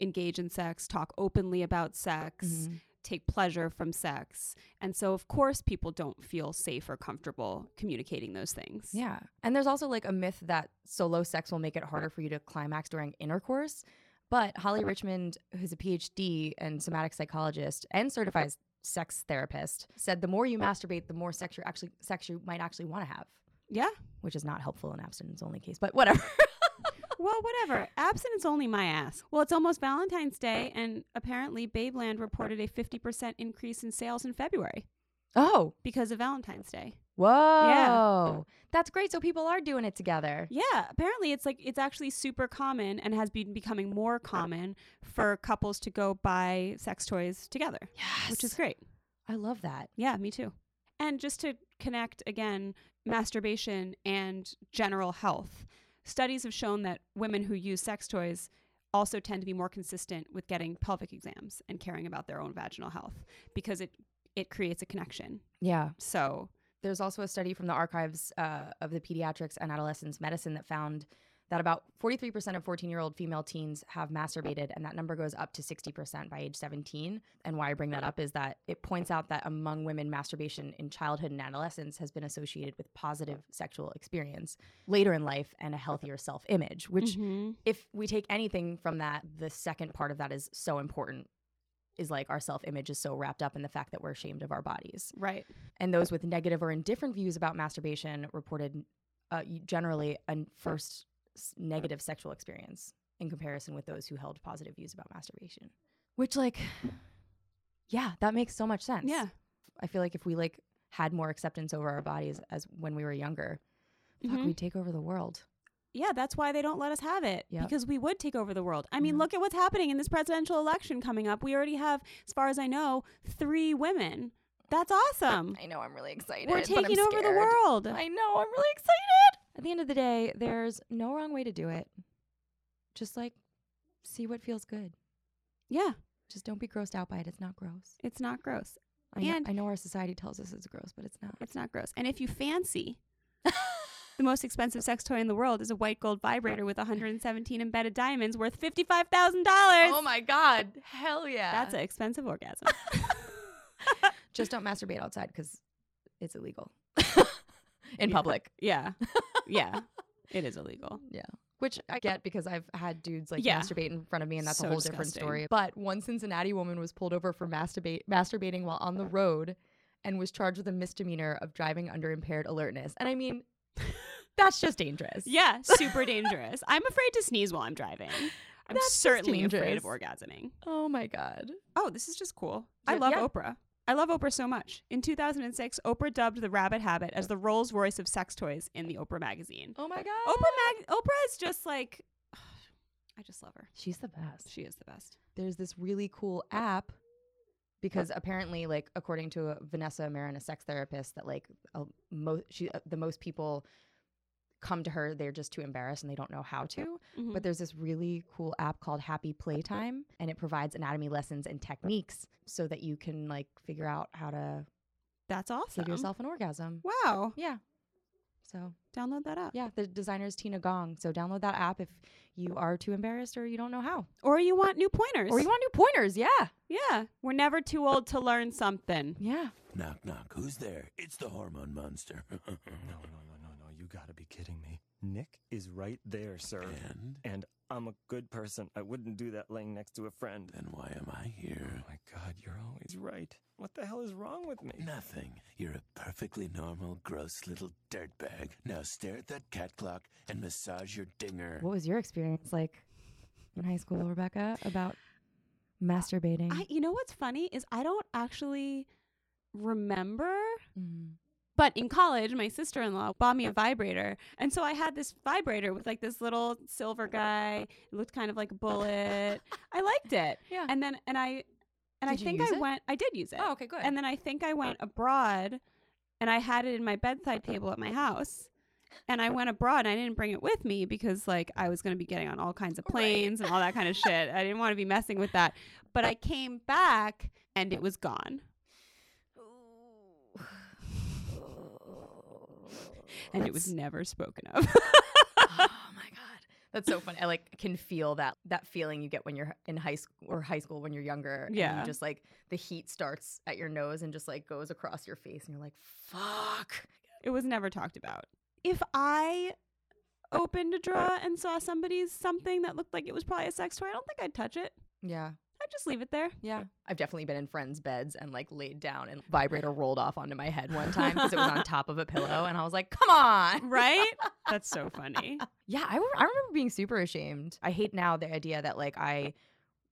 [SPEAKER 4] engage in sex, talk openly about sex, take pleasure from sex. And so, of course, people don't feel safe or comfortable communicating those things.
[SPEAKER 3] Yeah. And there's also like a myth that solo sex will make it harder for you to climax during intercourse. But Holly Richmond, who's a PhD and somatic psychologist and certified sex therapist, said the more you masturbate, the more sex you actually sex you might actually want to have,
[SPEAKER 4] Yeah.
[SPEAKER 3] which is not helpful in abstinence only case, but whatever.
[SPEAKER 4] Well, whatever. Abstinence only my ass. Well, it's almost Valentine's Day, and apparently Babeland reported a 50% increase in sales in February
[SPEAKER 3] oh.
[SPEAKER 4] because of Valentine's Day.
[SPEAKER 3] Whoa. That's great. So people are doing it together.
[SPEAKER 4] Yeah, apparently it's like it's actually super common and has been becoming more common for couples to go buy sex toys together,
[SPEAKER 3] Yes.
[SPEAKER 4] which is great.
[SPEAKER 3] I love that.
[SPEAKER 4] Yeah, me too. And just to connect again, masturbation and general health, studies have shown that women who use sex toys also tend to be more consistent with getting pelvic exams and caring about their own vaginal health because it it creates a connection.
[SPEAKER 3] Yeah.
[SPEAKER 4] So
[SPEAKER 3] there's also a study from the archives uh, of the pediatrics and adolescents medicine that found that about 43% of 14 year old female teens have masturbated, and that number goes up to 60% by age 17. And why I bring that up is that it points out that among women, masturbation in childhood and adolescence has been associated with positive sexual experience later in life and a healthier self image, which,
[SPEAKER 4] Mm-hmm.
[SPEAKER 3] if we take anything from that, the second part of that is so important is like our self image is so wrapped up in the fact that we're ashamed of our bodies
[SPEAKER 4] right.
[SPEAKER 3] and those with negative or indifferent views about masturbation reported uh, y- generally a n- first s- negative sexual experience in comparison with those who held positive views about masturbation. Which, like, Yeah, that makes so much sense.
[SPEAKER 4] Yeah.
[SPEAKER 3] I feel like if we like had more acceptance over our bodies as when we were younger, fuck,
[SPEAKER 4] Mhm.
[SPEAKER 3] we'd take over the world.
[SPEAKER 4] Yeah, that's why they don't let us have it
[SPEAKER 3] Yep.
[SPEAKER 4] because we would take over the world. I mean,
[SPEAKER 3] Mhm.
[SPEAKER 4] look at what's happening in this presidential election coming up. We already have, as far as I know, three women. That's awesome.
[SPEAKER 3] I know I'm really excited.
[SPEAKER 4] We're taking over the world.
[SPEAKER 3] I know, I'm really excited. At the end of the day, there's no wrong way to do it. Just like see what feels good.
[SPEAKER 4] yeah,
[SPEAKER 3] Just don't be grossed out by it. It's not gross.
[SPEAKER 4] it's not gross.
[SPEAKER 3] I, know,
[SPEAKER 4] And-
[SPEAKER 3] I know our society tells us it's gross, but it's not.
[SPEAKER 4] It's not gross. And if you fancy, the most expensive sex toy in the world is a white gold vibrator with 117 embedded diamonds worth $55,000.
[SPEAKER 7] Oh my god, hell yeah!
[SPEAKER 4] That's an expensive orgasm.
[SPEAKER 3] Just don't masturbate outside because it's illegal in
[SPEAKER 4] Yeah.
[SPEAKER 3] public.
[SPEAKER 4] yeah. Yeah. It is illegal.
[SPEAKER 3] which I get because I've had dudes like
[SPEAKER 4] Yeah.
[SPEAKER 3] masturbate in front of me, and that's
[SPEAKER 4] So
[SPEAKER 3] a whole different
[SPEAKER 4] disgusting.
[SPEAKER 3] story. But one Cincinnati woman was pulled over for masturbate masturbating while on the road, and was charged with a misdemeanor of driving under impaired alertness. And I mean, that's just dangerous.
[SPEAKER 4] Yeah, super dangerous. I'm afraid to sneeze while I'm driving. I'm
[SPEAKER 3] That's just
[SPEAKER 4] certainly afraid of
[SPEAKER 3] dangerous.
[SPEAKER 4] orgasming.
[SPEAKER 3] Oh my god.
[SPEAKER 4] Oh, this is just cool. I
[SPEAKER 3] Yeah,
[SPEAKER 4] love
[SPEAKER 3] yeah.
[SPEAKER 4] Oprah. I love Oprah so much. In 2006, Oprah dubbed the rabbit habit as the Rolls Royce of sex toys in the Oprah magazine.
[SPEAKER 3] Oh my god.
[SPEAKER 4] Oprah mag- Oprah is just like I just love her.
[SPEAKER 3] She's the best.
[SPEAKER 4] She is the best.
[SPEAKER 3] there's this really cool app because apparently like according to uh, Vanessa Marin a sex therapist that like uh, most she uh, the most people come to her they're just too embarrassed and they don't know how to
[SPEAKER 4] Hmm. Mm-hmm.
[SPEAKER 3] but there's this really cool app called Happy Playtime and it provides anatomy lessons and techniques so that you can like figure out how to
[SPEAKER 4] That's awesome.
[SPEAKER 3] give yourself an orgasm
[SPEAKER 4] Wow.
[SPEAKER 3] yeah so
[SPEAKER 4] Download that app.
[SPEAKER 3] yeah the designer is Tina Gong so download that app if you are too embarrassed or you don't know how
[SPEAKER 4] Or you want new pointers.
[SPEAKER 3] or you want new pointers yeah
[SPEAKER 4] yeah. We're never too old to learn something.
[SPEAKER 3] yeah
[SPEAKER 8] Knock, knock. Who's there? It's the hormone monster.
[SPEAKER 9] No, no, no, no, no. You gotta be kidding me. Nick is right there, sir.
[SPEAKER 8] and
[SPEAKER 9] And I'm a good person. I wouldn't do that laying next to a friend.
[SPEAKER 8] then why am I
[SPEAKER 9] Oh
[SPEAKER 8] here?
[SPEAKER 9] my god, you're always right. What the hell is wrong with me?
[SPEAKER 8] Nothing. You're a perfectly normal, gross little dirtbag. Now stare at that cat clock and massage your dinger.
[SPEAKER 3] What was your experience like in high school, Rebecca, about masturbating?
[SPEAKER 4] I you know what's funny is I don't actually remember
[SPEAKER 3] Mhm.
[SPEAKER 4] but in college my sister-in-law bought me a vibrator and so i had this vibrator with like this little silver guy it looked kind of like a bullet i liked it
[SPEAKER 3] Yeah.
[SPEAKER 4] and then and i and i
[SPEAKER 3] Did you
[SPEAKER 4] think
[SPEAKER 3] use
[SPEAKER 4] i
[SPEAKER 3] it?
[SPEAKER 4] went i did use it
[SPEAKER 3] Oh, okay, good.
[SPEAKER 4] and then i think i went abroad and i had it in my bedside table at my house and i went abroad and i didn't bring it with me because like i was going to be getting on all kinds of planes and all that kind of shit i didn't want to be messing with that but i came back and it was gone and it was never spoken of
[SPEAKER 3] oh my god, that's so funny. I like can feel that that feeling you get when you're in high school or high school when you're younger. and you
[SPEAKER 4] Yeah.
[SPEAKER 3] just like the heat starts at your nose and just like goes across your face, and you're like, "Fuck."
[SPEAKER 4] It was never talked about. If I opened a drawer and saw somebody's something that looked like it was probably a sex toy, I don't think I'd touch it.
[SPEAKER 3] Yeah,
[SPEAKER 4] I'd just leave it there.
[SPEAKER 3] yeah. I've definitely been in friends' beds and like laid down and vibrator rolled off onto my head one time because it was on top of a pillow, and I was like, "Come on."
[SPEAKER 4] Right? That's so funny.
[SPEAKER 3] Yeah, I, re- I remember being super ashamed. I hate now the idea that like I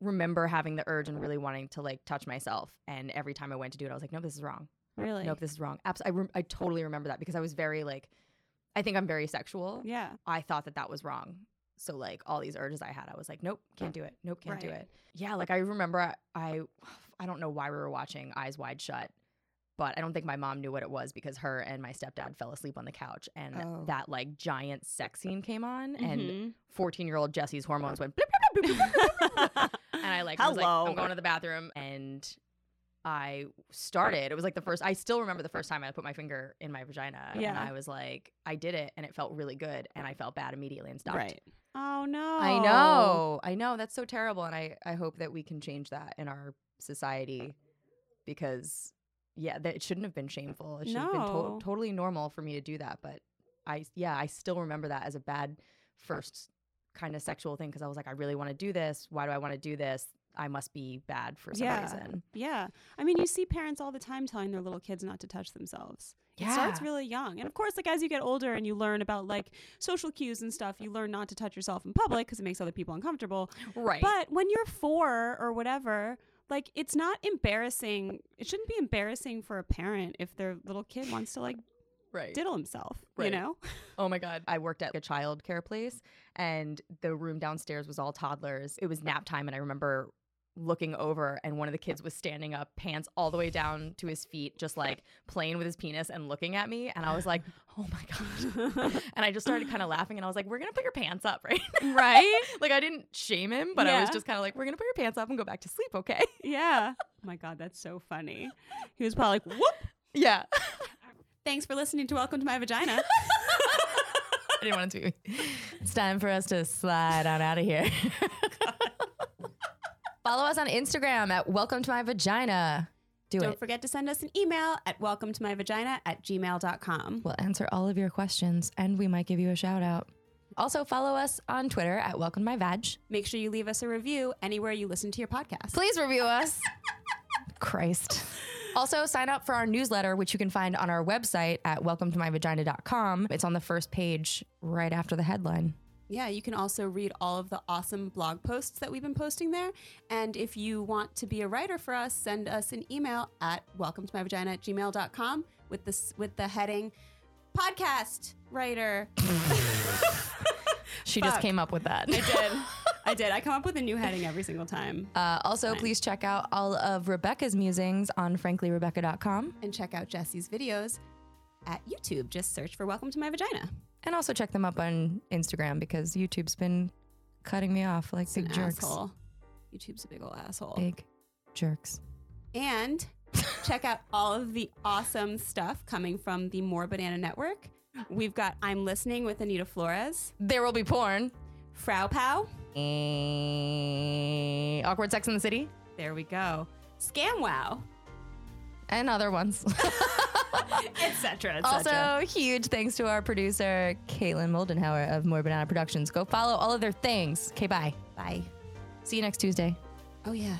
[SPEAKER 3] remember having the urge and really wanting to like touch myself, and every time I went to do it, I was like, "Nope, this is wrong.
[SPEAKER 4] Really?
[SPEAKER 3] Nope, this is wrong." Abs- I rem I totally remember that because I was very like, I think I'm very sexual.
[SPEAKER 4] yeah.
[SPEAKER 3] I thought that that was wrong. So like all these urges I had, I was like, nope, can't do it. Nope, can't do
[SPEAKER 4] Right.
[SPEAKER 3] it. Yeah, like I remember I, I I don't know why we were watching Eyes Wide Shut, but I don't think my mom knew what it was because her and my stepdad fell asleep on the couch and
[SPEAKER 4] Oh.
[SPEAKER 3] that like giant sex scene came on and
[SPEAKER 4] Mhm.
[SPEAKER 3] 14-year-old Jesse's hormones went blip, blip, blip,
[SPEAKER 4] Mm-hmm.
[SPEAKER 3] blip, blip, blip, blip, blip, blip, and I like was like, I'm going to the bathroom and I started. It was like the first I still remember the first time I put my finger in my vagina and
[SPEAKER 4] Yeah.
[SPEAKER 3] I was like I did it and it felt really good and I felt bad immediately and stopped.
[SPEAKER 4] Right. Oh no.
[SPEAKER 3] I know. I know that's so terrible and I I hope that we can change that in our society because yeah, that it shouldn't have been shameful. It should have been
[SPEAKER 4] No.
[SPEAKER 3] to- totally normal for me to do that, but I yeah, I still remember that as a bad first kind of sexual thing because I was like I really want to do this. Why do I want to do this? I must be bad for some
[SPEAKER 4] Yeah.
[SPEAKER 3] reason.
[SPEAKER 4] Yeah. I mean, you see parents all the time telling their little kids not to touch themselves. It starts
[SPEAKER 3] Yeah.
[SPEAKER 4] really young. And of course, like as you get older and you learn about like social cues and stuff, you learn not to touch yourself in public because it makes other people uncomfortable.
[SPEAKER 3] Right.
[SPEAKER 4] But when you're four or whatever, like it's not embarrassing. It shouldn't be embarrassing for a parent if their little kid wants to like
[SPEAKER 7] Right.
[SPEAKER 4] diddle himself, you
[SPEAKER 7] Right.
[SPEAKER 4] know?
[SPEAKER 7] oh my God.
[SPEAKER 3] I worked at a child care place and the room downstairs was all toddlers. It was nap time and I remember looking over and one of the kids was standing up, pants all the way down to his feet, just like playing with his penis and looking at me and I was like, "Oh my god." and I just started kind of laughing and I was like, "We're going to put your pants up, right?"
[SPEAKER 4] Right?
[SPEAKER 3] like I didn't shame him, but I was
[SPEAKER 4] Yeah.
[SPEAKER 3] just kind of like, "We're going to put your pants up and go back to sleep, okay?"
[SPEAKER 4] yeah. Oh my God, that's so funny. He was probably like, whoop.
[SPEAKER 7] Yeah.
[SPEAKER 4] Thanks for listening to Welcome to My Vagina.
[SPEAKER 7] I didn't want it to be.
[SPEAKER 3] It's time for us to slide on out of here. Follow us on Instagram at welcome to my vagina. Do it.
[SPEAKER 4] Don't forget to send us an email at welcome to my vagina at gmail.com.
[SPEAKER 3] We'll answer all of your questions and we might give you a shout out. Also, follow us on Twitter at Welcome to My Vag.
[SPEAKER 4] Make sure you leave us a review anywhere you listen to your podcast.
[SPEAKER 3] Please review us. Christ. Also, sign up for our newsletter, which you can find on our website at welcometomyvagina.com. It's on the first page right after the headline.
[SPEAKER 4] Yeah, you can also read all of the awesome blog posts that we've been posting there. And if you want to be a writer for us, send us an email at welcome to my vagina at gmail.com with this with the heading podcast writer.
[SPEAKER 3] She just came up with that.
[SPEAKER 4] did. I did. I come up with a new heading every single time.
[SPEAKER 3] Uh, also, please check out all of Rebecca's musings on franklyrebecca.com
[SPEAKER 4] and check out Jesse's videos at YouTube. Just search for Welcome to My Vagina.
[SPEAKER 3] and also check them up on Instagram because YouTube's been cutting me off like big
[SPEAKER 4] An
[SPEAKER 3] jerks.
[SPEAKER 4] Asshole. YouTube's a big old asshole.
[SPEAKER 3] Big jerks.
[SPEAKER 4] And check out all of the awesome stuff coming from the More Banana Network. We've got I'm Listening with Anita Flores,
[SPEAKER 3] There will be porn.
[SPEAKER 4] Frau Pow.
[SPEAKER 3] Eh, awkward sex in the city
[SPEAKER 4] There we go. Scam Wow,
[SPEAKER 3] and other ones.
[SPEAKER 4] etc. Et
[SPEAKER 3] also, huge thanks to our producer, Caitlin Moldenhauer of More Banana Productions. Go follow all of their things. Okay, bye.
[SPEAKER 4] bye.
[SPEAKER 3] See you next Tuesday.
[SPEAKER 4] Oh yeah.